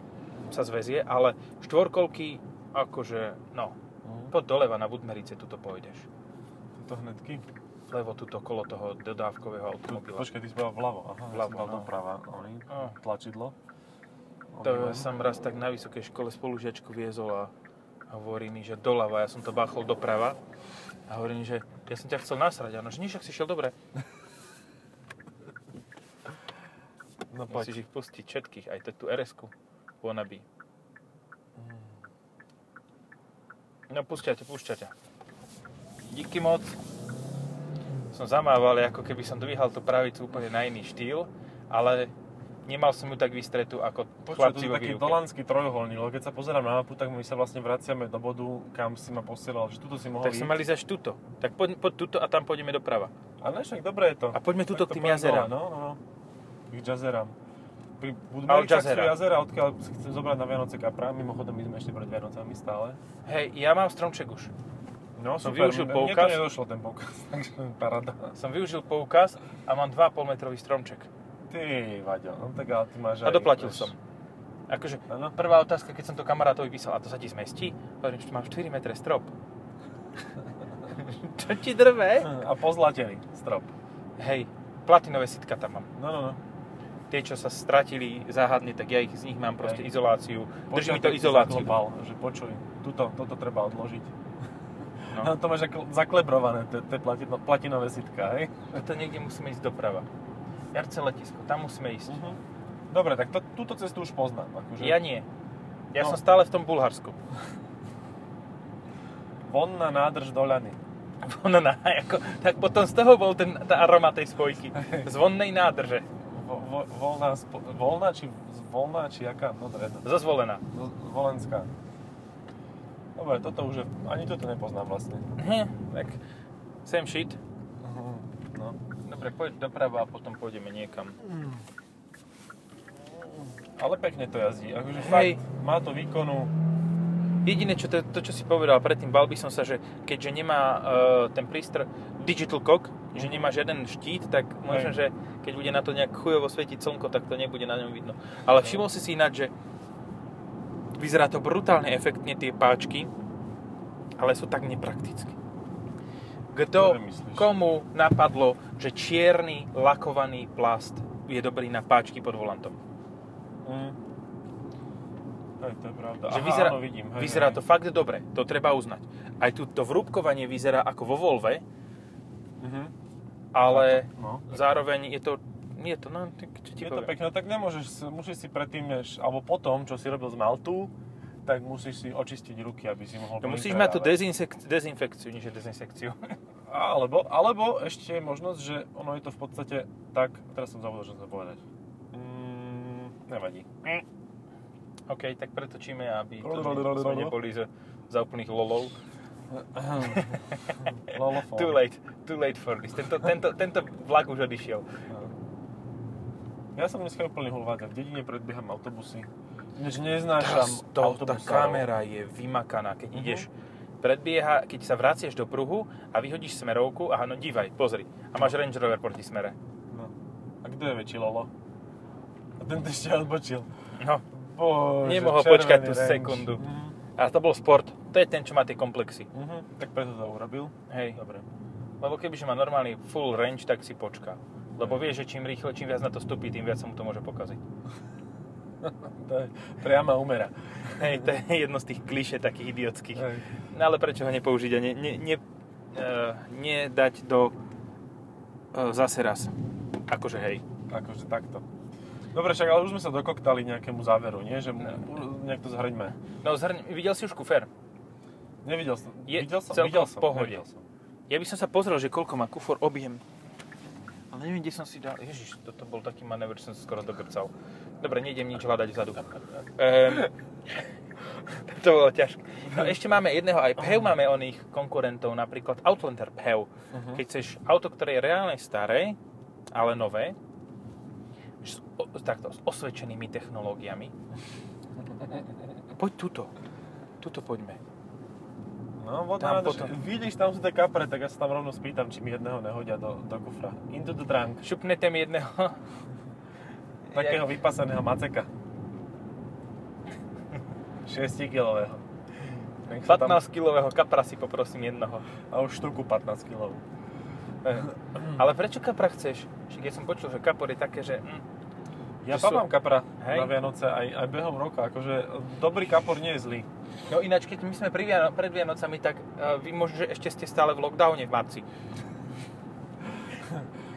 [SPEAKER 1] sa zväzie, ale štvorkolky, akože, no,
[SPEAKER 2] Mhm.
[SPEAKER 1] pod doleva na Budmerice tuto pôjdeš.
[SPEAKER 2] Tuto hnedky.
[SPEAKER 1] Lebo tuto kolo toho dodávkového
[SPEAKER 2] Tu,
[SPEAKER 1] automobila.
[SPEAKER 2] počkaj, ty si povedal vľavo. Aha,
[SPEAKER 1] Vľavo,
[SPEAKER 2] vľavo, ja som dal
[SPEAKER 1] no.
[SPEAKER 2] doprava. Oni,
[SPEAKER 1] No.
[SPEAKER 2] tlačidlo.
[SPEAKER 1] To
[SPEAKER 2] Oni len.
[SPEAKER 1] som raz tak na vysokej škole spolužiačku viezol a hovorí mi, že doľava, ja som to báchol doprava. A hovorí mi, že ja som ťa chcel nasrať. Áno, že nie, však si šiel dobre.
[SPEAKER 2] No poď.
[SPEAKER 1] Musíš ich pustiť všetkých, aj tú RS-ku. Wannabe.
[SPEAKER 2] Hmm.
[SPEAKER 1] No púšťate, púšťate. Díky moc. Som zamával, ako keby som dvíhal tú pravicu úplne na iný štýl, ale nemal som ju tak vystretú ako
[SPEAKER 2] Počuj, to
[SPEAKER 1] chlapci
[SPEAKER 2] je
[SPEAKER 1] vo
[SPEAKER 2] taký
[SPEAKER 1] výuke.
[SPEAKER 2] dolanský trojuholník, lebo keď sa pozerám na mapu, tak my sa vlastne vraciame do bodu, kam si ma posielal, že tuto si mohol
[SPEAKER 1] Tak sme mali zaš tuto. Tak poď, poď tuto a tam pôjdeme doprava.
[SPEAKER 2] A ne, však dobre je to.
[SPEAKER 1] A poďme tuto
[SPEAKER 2] Tak to
[SPEAKER 1] k tým
[SPEAKER 2] poďme
[SPEAKER 1] jazerám.
[SPEAKER 2] dole, No, no, no. K jazerám. Pri
[SPEAKER 1] Al
[SPEAKER 2] Budmericach sú
[SPEAKER 1] Jazera.
[SPEAKER 2] jazera, odkiaľ si chcem zobrať na Vianoce kapra. Mimochodom, my sme ešte pred Vianocami stále.
[SPEAKER 1] Hej, ja mám stromček už.
[SPEAKER 2] No,
[SPEAKER 1] Som
[SPEAKER 2] super.
[SPEAKER 1] využil
[SPEAKER 2] Mne-
[SPEAKER 1] poukaz.
[SPEAKER 2] Mne to nedošlo ten poukaz, takže parada.
[SPEAKER 1] Som využil poukaz a mám 2,5 metrový stromček.
[SPEAKER 2] Ty, Vaďo, no tak ale ty máš
[SPEAKER 1] A
[SPEAKER 2] aj,
[SPEAKER 1] doplatil
[SPEAKER 2] vieš.
[SPEAKER 1] som. Akože,
[SPEAKER 2] Áno.
[SPEAKER 1] prvá otázka, keď som to kamarátovi písal, a to sa ti zmestí? Hovorím, že tu mám 4 metre strop. Čo ti drve?
[SPEAKER 2] A pozlatený strop.
[SPEAKER 1] Hej, platinové sitka tam mám.
[SPEAKER 2] No, no, no.
[SPEAKER 1] tie, čo sa stratili záhadne, tak ja ich z nich mám proste
[SPEAKER 2] Hej.
[SPEAKER 1] izoláciu. Drž mi
[SPEAKER 2] Počuj,
[SPEAKER 1] to
[SPEAKER 2] tak ti
[SPEAKER 1] izoláciu.
[SPEAKER 2] zaklopal, že počuj, tuto, toto treba odložiť.
[SPEAKER 1] No.
[SPEAKER 2] No. To máš ako zaklebrované, to, to je platino, platinové sitka, hej?
[SPEAKER 1] A to niekde musíme ísť doprava. Jarce letisko, tam musíme ísť.
[SPEAKER 2] Mhm. Dobre, tak to, túto cestu už poznám. Akože
[SPEAKER 1] Ja nie. Ja som
[SPEAKER 2] No.
[SPEAKER 1] stále v tom Bulharsku.
[SPEAKER 2] Von na nádrž do Ľany.
[SPEAKER 1] No, no, ako, tak potom z toho bol ten, tá aroma tej spojky. Z vonnej nádrže.
[SPEAKER 2] Vo, vo, voľná, spo, voľná, či voľná, či jaká? No to je jedno.
[SPEAKER 1] Zozvolená.
[SPEAKER 2] Z- Volenská. Dobre, toto už je, ani toto nepoznám vlastne.
[SPEAKER 1] Hm, tak sem shit.
[SPEAKER 2] No.
[SPEAKER 1] Dobre, poď doprava a potom pôjdeme niekam.
[SPEAKER 2] Ale pekne to jazdí, akože
[SPEAKER 1] Hej.
[SPEAKER 2] fakt, má to výkonu.
[SPEAKER 1] Jediné, čo to, to, čo si povedal predtým, bal by som sa, že keďže nemá e, ten prístr Digital Cock, že nemá žiaden štít, tak možno, že keď bude na to nejak chujovo svetiť slnko, tak to nebude na ňom vidno. Ale všimol si si ináč, že vyzerá to brutálne efektne tie páčky, ale sú tak nepraktické. Kto,
[SPEAKER 2] Ktoré myslíš?
[SPEAKER 1] komu napadlo, že čierny lakovaný plast je dobrý na páčky pod volantom?
[SPEAKER 2] Mm. Hej, to je pravda.
[SPEAKER 1] Že
[SPEAKER 2] Aha,
[SPEAKER 1] vyzerá,
[SPEAKER 2] áno, vidím. Hej,
[SPEAKER 1] vyzerá
[SPEAKER 2] hej.
[SPEAKER 1] to fakt dobre, to treba uznať. Aj tu to vrúbkovanie vyzerá ako vo Volve,
[SPEAKER 2] Mhm.
[SPEAKER 1] ale
[SPEAKER 2] No.
[SPEAKER 1] zároveň je to... Nie to, no, tak čo ti
[SPEAKER 2] Je to
[SPEAKER 1] poviem.
[SPEAKER 2] pekné, tak nemôžeš, si- musíš si predtým, než, alebo potom, čo si robil z Maltu, tak musíš si očistiť ruky, aby si mohol...
[SPEAKER 1] To No musíš
[SPEAKER 2] prvýkrát,
[SPEAKER 1] mať tú
[SPEAKER 2] ale-
[SPEAKER 1] dezinfek- dezinfekciu, nie že dezinsekciu.
[SPEAKER 2] Alebo, alebo ešte je možnosť, že ono je to v podstate tak... Teraz som zabudol, čo som chcel povedať. Mm, nevadí.
[SPEAKER 1] OK, tak pretočíme, aby to
[SPEAKER 2] Lolo, lolo,
[SPEAKER 1] sme
[SPEAKER 2] lolo.
[SPEAKER 1] neboli za, za úplných lolov.
[SPEAKER 2] Lolofón.
[SPEAKER 1] Too late, too late for this. Tento, tento, tento vlak už odišiel.
[SPEAKER 2] Ehm, Ja som dneska úplný hulváda. V dedine predbieham autobusy. Ináč neznášam
[SPEAKER 1] to, tá
[SPEAKER 2] autobusárov.
[SPEAKER 1] kamera je vymakaná, keď
[SPEAKER 2] Mhm.
[SPEAKER 1] ideš predbieha, keď sa vraciaš do pruhu a vyhodíš smerovku, aha, no dívaj, pozri. A máš Range Rover proti smere.
[SPEAKER 2] No. A kto je väčší Lolo? A ten ešte odbočil.
[SPEAKER 1] No.
[SPEAKER 2] Bože,
[SPEAKER 1] Nemohol
[SPEAKER 2] červený
[SPEAKER 1] počkať tú
[SPEAKER 2] range.
[SPEAKER 1] sekundu.
[SPEAKER 2] Mhm.
[SPEAKER 1] A to bol sport. To je ten, čo má tie komplexy.
[SPEAKER 2] Mhm. Tak preto to urobil.
[SPEAKER 1] Hej.
[SPEAKER 2] Dobre.
[SPEAKER 1] Lebo kebyže má normálny full range, tak si počká. Lebo vie, že čím rýchle, čím viac na to stupí, tým viac sa mu to môže pokaziť.
[SPEAKER 2] To je priama umera.
[SPEAKER 1] Hej, to je jedno z tých kliše takých idiotských.
[SPEAKER 2] Hej.
[SPEAKER 1] No ale prečo ho nepoužiť a ne, ne, ne, e, nedať do e, zase raz. Akože hej.
[SPEAKER 2] Akože takto. Dobre, však ale už sme sa dokoktali nejakému záveru, nie? Že
[SPEAKER 1] No.
[SPEAKER 2] no. nejak to zhrňme.
[SPEAKER 1] No zhrň, videl si už kufér?
[SPEAKER 2] Nevidel som.
[SPEAKER 1] Je
[SPEAKER 2] videl som,
[SPEAKER 1] celkom
[SPEAKER 2] videl
[SPEAKER 1] v
[SPEAKER 2] som.
[SPEAKER 1] pohode.
[SPEAKER 2] Nevidel som.
[SPEAKER 1] Ja by som sa pozrel, že koľko má kufor objem. Ale neviem, kde som si dal... Ježiš, toto bol taký manéver, že som sa skoro dogrcal. Dobre, nejdem nič hľadať vzadu. Ehm, to bolo ťažké. No, ešte máme jedného, aj PHEV máme oných konkurentov, napríklad Outlander PHEV.
[SPEAKER 2] Mhm.
[SPEAKER 1] Keď chceš auto, ktoré je reálne staré, ale nové, s, o, takto, s osvedčenými technológiami. Poď tuto. Tuto poďme. Tam
[SPEAKER 2] No, vodná nádrž.
[SPEAKER 1] potom.
[SPEAKER 2] Vidíš, tam sú tie kapre, tak ja sa tam rovno spýtam, či mi jedného nehodia do, do kufra. Into the trunk.
[SPEAKER 1] Šupnete mi jedného.
[SPEAKER 2] Takého vypasaného maceka. 6-kilového.
[SPEAKER 1] 15-kilového kapra si poprosím jednoho. E,
[SPEAKER 2] A už štuku 15 kilovú.
[SPEAKER 1] Ale prečo kapra chceš? Však ja som počul, že kapor je také, že... Mm,
[SPEAKER 2] Ja
[SPEAKER 1] To sú-
[SPEAKER 2] papám kapra
[SPEAKER 1] Hej.
[SPEAKER 2] na Vianoce aj, aj behom roka. Akože dobrý kapor nie je zlý.
[SPEAKER 1] No ináč, keď my sme pri Viano- pred Vianocami, tak uh, vy možno, že ešte ste stále v lockdowne v marci.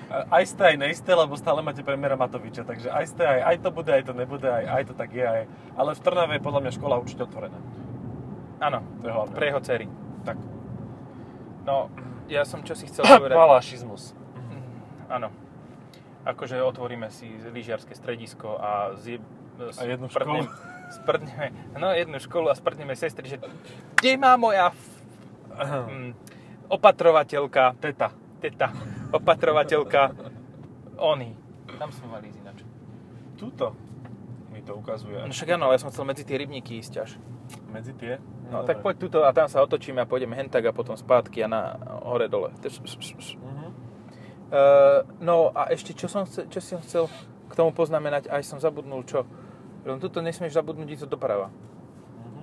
[SPEAKER 2] A- E, Aj ste, aj nejste, lebo stále máte premiéra Matoviča, takže aj ste, aj, aj to bude, aj to nebude, aj, aj to tak je, aj. Ale v Trnave je podľa mňa škola určite otvorená.
[SPEAKER 1] Áno,
[SPEAKER 2] To je hlavné.
[SPEAKER 1] pre jeho dcery.
[SPEAKER 2] Tak.
[SPEAKER 1] No, ja som čo si chcel povedať. Mm,
[SPEAKER 2] Palašizmus.
[SPEAKER 1] Áno. Akože otvoríme si lyžiarske stredisko a zje... s-
[SPEAKER 2] A jednu
[SPEAKER 1] prdnem- Sprdneme, no jednu školu a sprdneme sestry, že kde má moja f- mm, opatrovateľka,
[SPEAKER 2] Teta.
[SPEAKER 1] teta, opatrovateľka, oni. Tam sme mali ísť ináč.
[SPEAKER 2] Tuto mi to ukazuje
[SPEAKER 1] No
[SPEAKER 2] až
[SPEAKER 1] však áno, ale ja som chcel medzi tie rybníky ísť až.
[SPEAKER 2] medzi tie.
[SPEAKER 1] No, tak poď tuto a tam sa otočíme a pôjdeme hen tak a potom spátky a na hore dole. E,
[SPEAKER 2] Mhm.
[SPEAKER 1] no a ešte čo som, chcel, čo som chcel k tomu poznamenať, aj som zabudnul čo. Len tuto nesmieš zabudnúť ísť doprava.
[SPEAKER 2] Mhm.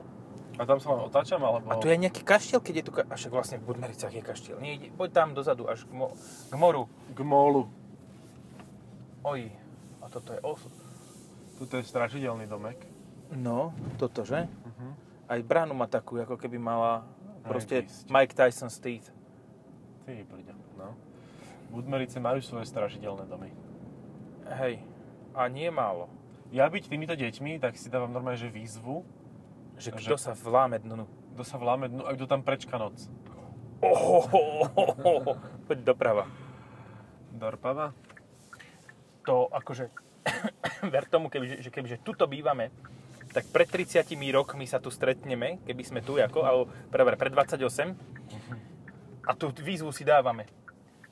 [SPEAKER 2] A tam sa len otáčam, alebo...
[SPEAKER 1] A tu je nejaký kaštiel, keď je tu... Ka- a však vlastne v Budmericách je kaštiel. Nie, ide- poď tam dozadu až k, mo- k moru.
[SPEAKER 2] K mólu.
[SPEAKER 1] Oj, A toto je os...
[SPEAKER 2] Toto je strašidelný domek.
[SPEAKER 1] No, toto, že?
[SPEAKER 2] Uh-huh.
[SPEAKER 1] Aj bránu má takú, ako keby mala proste
[SPEAKER 2] Aj ísť.
[SPEAKER 1] Mike Tyson Street.
[SPEAKER 2] Ty brďa, no. Budmerice majú svoje strašidelné domy.
[SPEAKER 1] Hej. A nie málo.
[SPEAKER 2] Ja byť týmito deťmi, tak si dávam normálne, že výzvu,
[SPEAKER 1] Že
[SPEAKER 2] Že-
[SPEAKER 1] kto sa vláme dnu. no.
[SPEAKER 2] kto sa vláme dnu a kto tam prečka noc.
[SPEAKER 1] Ohohohohoho. Poď doprava.
[SPEAKER 2] Dorpava?
[SPEAKER 1] To akože... ver tomu, keby, že kebyže tuto bývame, tak pred 30 rokmi sa tu stretneme, keby sme tu ako, alebo prever, pred 28 Mhm. a tú výzvu si dávame.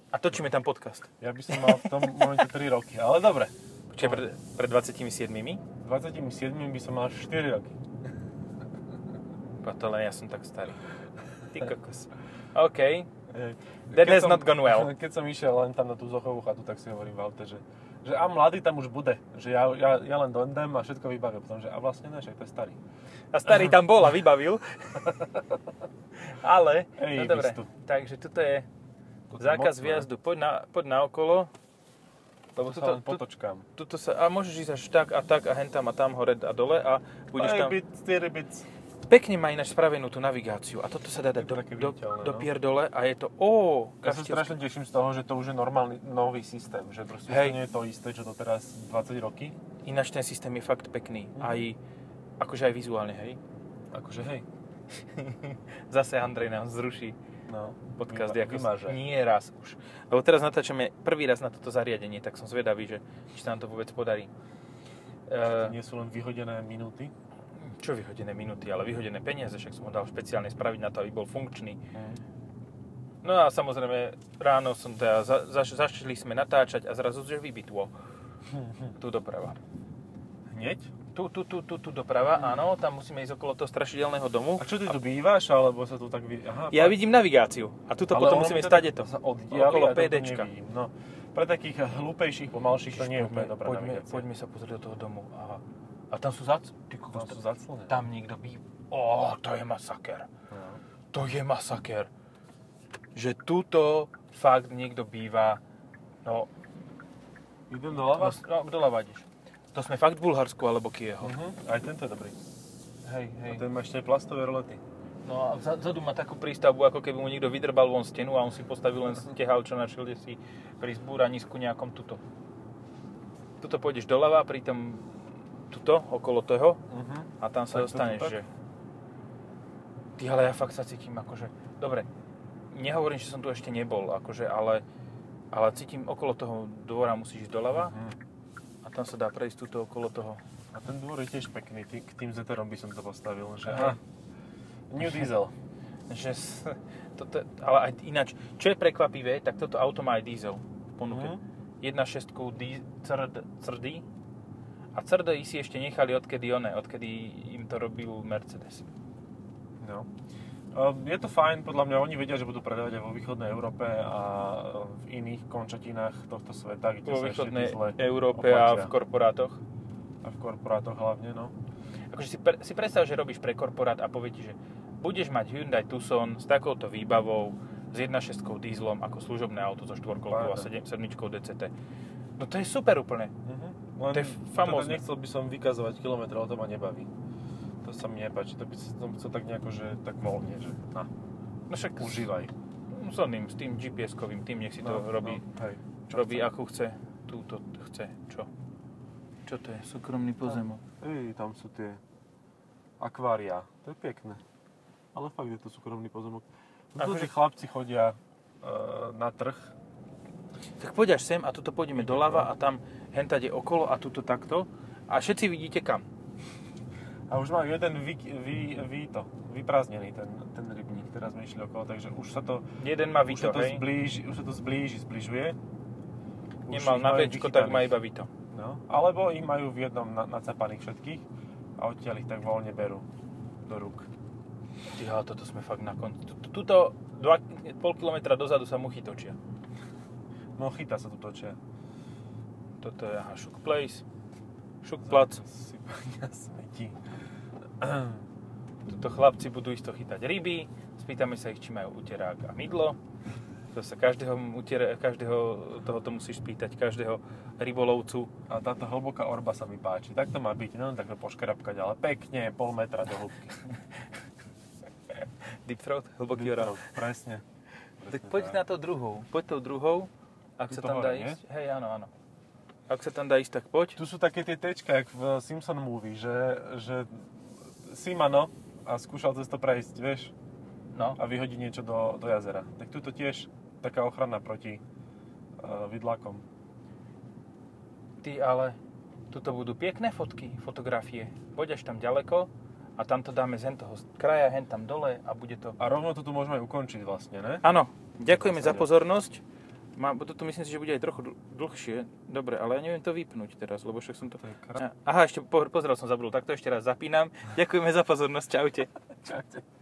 [SPEAKER 1] A točíme tam podcast.
[SPEAKER 2] Ja by som mal v tom momente 3 roky, ale dobre.
[SPEAKER 1] Čiže pred, pred 27
[SPEAKER 2] 27 by som mal 4 roky.
[SPEAKER 1] Pa to len ja som tak starý. Ty kokos. OK.
[SPEAKER 2] Hej.
[SPEAKER 1] That
[SPEAKER 2] Eh,
[SPEAKER 1] has
[SPEAKER 2] Keď
[SPEAKER 1] not gone well.
[SPEAKER 2] Keď som išiel len tam na tú zochovú chatu, tak si hovorím v aute, že, že a mladý tam už bude, že ja, ja, ja len dondem a všetko vybavím. Potom, že a vlastne ne, však to je starý.
[SPEAKER 1] A starý tam bol a vybavil. Ale,
[SPEAKER 2] Ej,
[SPEAKER 1] no dobre.
[SPEAKER 2] vys tu.
[SPEAKER 1] Takže tuto je
[SPEAKER 2] Toto je
[SPEAKER 1] zákaz
[SPEAKER 2] mocné.
[SPEAKER 1] výjazdu. Poď na, poď na okolo. Lebo
[SPEAKER 2] To sa
[SPEAKER 1] tuto,
[SPEAKER 2] len
[SPEAKER 1] tu,
[SPEAKER 2] potočkám.
[SPEAKER 1] tuto sa, a môžeš ísť až tak a tak a hentam a tam hore a dole a budeš tam...
[SPEAKER 2] Byt, 4 byt.
[SPEAKER 1] Pekne má ináč spravenú tú navigáciu a toto sa dá dať
[SPEAKER 2] Je to
[SPEAKER 1] do,
[SPEAKER 2] také
[SPEAKER 1] do,
[SPEAKER 2] viditeľné,
[SPEAKER 1] do
[SPEAKER 2] no.
[SPEAKER 1] pierdole a je to... Ó,
[SPEAKER 2] Ja sa strašne teším z toho, že to už je normálny nový systém, že proste už
[SPEAKER 1] Hej.
[SPEAKER 2] to nie je to isté, čo to teraz 20 roky.
[SPEAKER 1] Ináč ten systém je fakt pekný.
[SPEAKER 2] Mhm.
[SPEAKER 1] Aj, akože aj vizuálne, hej.
[SPEAKER 2] Akože hej.
[SPEAKER 1] Zase Andrej nám zruší
[SPEAKER 2] No,
[SPEAKER 1] podcast.
[SPEAKER 2] Vyma-
[SPEAKER 1] ako
[SPEAKER 2] vymaže.
[SPEAKER 1] Nie raz už. Lebo teraz natáčame prvý raz na toto zariadenie, tak som zvedavý, že či sa nám to vôbec podarí.
[SPEAKER 2] To
[SPEAKER 1] E,
[SPEAKER 2] nie sú len vyhodené minúty.
[SPEAKER 1] čo vyhodené minúty, ale vyhodené peniaze, však som ho dal špeciálne spraviť na to, aby bol funkčný. No a samozrejme, ráno som teda, za, zaš, zašli sme natáčať a zrazu, že vybitlo. Tu doprava.
[SPEAKER 2] Hneď?
[SPEAKER 1] Tu, tu, tu, tu, tu doprava, áno, tam musíme ísť okolo toho strašidelného domu.
[SPEAKER 2] Hmm. A čo ty tu bývaš, alebo sa tu tak... Vy... Aha,
[SPEAKER 1] Ja
[SPEAKER 2] pardon.
[SPEAKER 1] vidím navigáciu a tuto
[SPEAKER 2] Ale
[SPEAKER 1] potom
[SPEAKER 2] ono
[SPEAKER 1] musíme
[SPEAKER 2] teda
[SPEAKER 1] stať to.
[SPEAKER 2] Sa oddiali,
[SPEAKER 1] Okolo
[SPEAKER 2] ja to
[SPEAKER 1] PDčka.
[SPEAKER 2] nevidím, No, pre takých hlúpejších, pomalších to nie je úplne dobrá
[SPEAKER 1] poďme,
[SPEAKER 2] navigácia.
[SPEAKER 1] poďme sa pozrieť do toho domu. Aha. A tam sú zac... Ty
[SPEAKER 2] Tam
[SPEAKER 1] kokos,
[SPEAKER 2] No, sú zaclnené.
[SPEAKER 1] tam niekto by... Ó, to je masaker.
[SPEAKER 2] No.
[SPEAKER 1] To je masaker. Že tuto fakt niekto býva... No,
[SPEAKER 2] Idem
[SPEAKER 1] no,
[SPEAKER 2] doľava?
[SPEAKER 1] no kto lavadiš? To sme fakt v Bulharsku alebo Kieho.
[SPEAKER 2] Mhm, aj tento je dobrý.
[SPEAKER 1] Hej,
[SPEAKER 2] A ten má ešte aj plastové rolety.
[SPEAKER 1] No a vzadu má takú prístavbu, ako keby mu niekto vydrbal von stenu a on si postavil len stehal, čo našiel, kde si pri zbúranisku nejakom tuto. Tuto pôjdeš doľava, pritom tuto, okolo toho
[SPEAKER 2] Mhm.
[SPEAKER 1] a tam sa
[SPEAKER 2] Tak toto
[SPEAKER 1] dostaneš,
[SPEAKER 2] tak?
[SPEAKER 1] že... Ty, ale ja fakt sa cítim akože... Dobre, nehovorím, že som tu ešte nebol, akože, ale, ale cítim, okolo toho dvora musíš ísť doľava
[SPEAKER 2] Mhm.
[SPEAKER 1] a tam sa dá prejsť tuto okolo toho.
[SPEAKER 2] A ten dvor je tiež pekný, tý, k tým zeterom by som to postavil, že
[SPEAKER 1] Aha.
[SPEAKER 2] aha. New Diesel.
[SPEAKER 1] Že, s- toto, ale aj ináč, čo je prekvapivé, tak toto auto má aj diesel v ponuke.
[SPEAKER 2] Mhm.
[SPEAKER 1] 1.6 di- crd, crdy a crdy si ešte nechali odkedy one, odkedy im to robil Mercedes.
[SPEAKER 2] No. Ehm, Je to fajn, podľa mňa oni vedia, že budú predávať aj vo východnej Európe a eh, v iných končatinách tohto sveta, kde
[SPEAKER 1] Vo
[SPEAKER 2] sa ešte
[SPEAKER 1] východnej
[SPEAKER 2] diesle
[SPEAKER 1] Európe a v
[SPEAKER 2] oplatia. korporátoch.
[SPEAKER 1] korporátoch.
[SPEAKER 2] a v korporátoch hlavne, no.
[SPEAKER 1] Akože si, pre, si predstav, že robíš pre korporát a povie ti, že budeš mať Hyundai Tucson s takouto výbavou, s 1.6 dieslom ako služobné auto so štvorkolkou a 7,
[SPEAKER 2] Paráda.
[SPEAKER 1] 7 DCT. No to je super úplne.
[SPEAKER 2] Mhm. Len
[SPEAKER 1] To je famózne.
[SPEAKER 2] Teda nechcel by som vykazovať kilometre, ale to ma nebaví. To sa mi nepáči, to by som chcel tak nejako, že tak voľne, že na,
[SPEAKER 1] No však s-
[SPEAKER 2] užívaj.
[SPEAKER 1] s oným, s tým GPS-kovým, tým nech si to robí
[SPEAKER 2] No, hej.
[SPEAKER 1] No, Čo robí chce? ako chce. Túto t- chce. Čo? Čo to je? Súkromný pozemok.
[SPEAKER 2] Ej, tam sú tie akvária, to je pekné. Ale fakt je to súkromný pozemok. No to,
[SPEAKER 1] Akože-
[SPEAKER 2] že chlapci chodia e, na trh,
[SPEAKER 1] Tak poď až sem a tuto pôjdeme doľava a tam hentade okolo a tuto takto. A všetci vidíte kam.
[SPEAKER 2] A už mám jeden vy, vy, vy to, vyprázdnený ten, ten rybník, teraz sme išli okolo, takže už sa to,
[SPEAKER 1] Jeden má
[SPEAKER 2] už sa
[SPEAKER 1] Vito,
[SPEAKER 2] to,
[SPEAKER 1] hej?
[SPEAKER 2] zblíži, už sa to zblíži, zbližuje. Už
[SPEAKER 1] Nemal
[SPEAKER 2] ich
[SPEAKER 1] na
[SPEAKER 2] majú
[SPEAKER 1] Včko, tak má
[SPEAKER 2] vychytaných.
[SPEAKER 1] iba Vito.
[SPEAKER 2] No, alebo ich majú v jednom na, nacapaných všetkých a odtiaľ ich tak voľne berú do rúk.
[SPEAKER 1] Ty, ale toto sme fakt na konci. Tu- tu- Tuto 2,5 km dozadu sa muchy točia.
[SPEAKER 2] No chyta sa tu točia.
[SPEAKER 1] Toto je, aha, Šuk Place. Šuk Plac.
[SPEAKER 2] Sypania smetí.
[SPEAKER 1] Tuto chlapci budú isto chytať ryby. Spýtame sa ich, či majú uterák a mydlo. Zase každého, mutiere, každého tohoto musíš spýtať, každého rybolovcu.
[SPEAKER 2] A táto hlboká orba sa mi páči. Tak to má byť, no takto poškrapkať, ale pekne, pol metra do hĺbky.
[SPEAKER 1] Deep throat, hlboký orál.
[SPEAKER 2] Presne.
[SPEAKER 1] Tak poď na to druhou. Poď tou druhou, ak sa
[SPEAKER 2] Tu to
[SPEAKER 1] tam dá
[SPEAKER 2] hore, nie?
[SPEAKER 1] ísť. Hej, áno, áno. Ak sa tam dá ísť, tak poď.
[SPEAKER 2] Tu sú také tie tečka, jak v Simpson movie, že, že Simano a skúšal cez to prejsť, vieš,
[SPEAKER 1] No,
[SPEAKER 2] a vyhodí niečo do, do jazera. Tak tuto tiež taká ochrana proti uh, vidlákom.
[SPEAKER 1] ty ale, tuto budú pekné fotky, fotografie. Poď až tam ďaleko a tam to dáme z hen toho kraja, hen tam dole a bude to...
[SPEAKER 2] A rovno to tu môžeme aj ukončiť vlastne, ne?
[SPEAKER 1] Áno, ďakujeme za
[SPEAKER 2] Zásadne.
[SPEAKER 1] pozornosť. Má, toto myslím si, že bude aj trochu dl- dlhšie. Dobre, ale ja neviem to vypnúť teraz, lebo však som to...
[SPEAKER 2] To je krásne.
[SPEAKER 1] Aha, ešte po, pozrel som, zabudol. Tak to ešte raz zapínam. Ďakujeme za pozornosť. Čaute.
[SPEAKER 2] Čaute.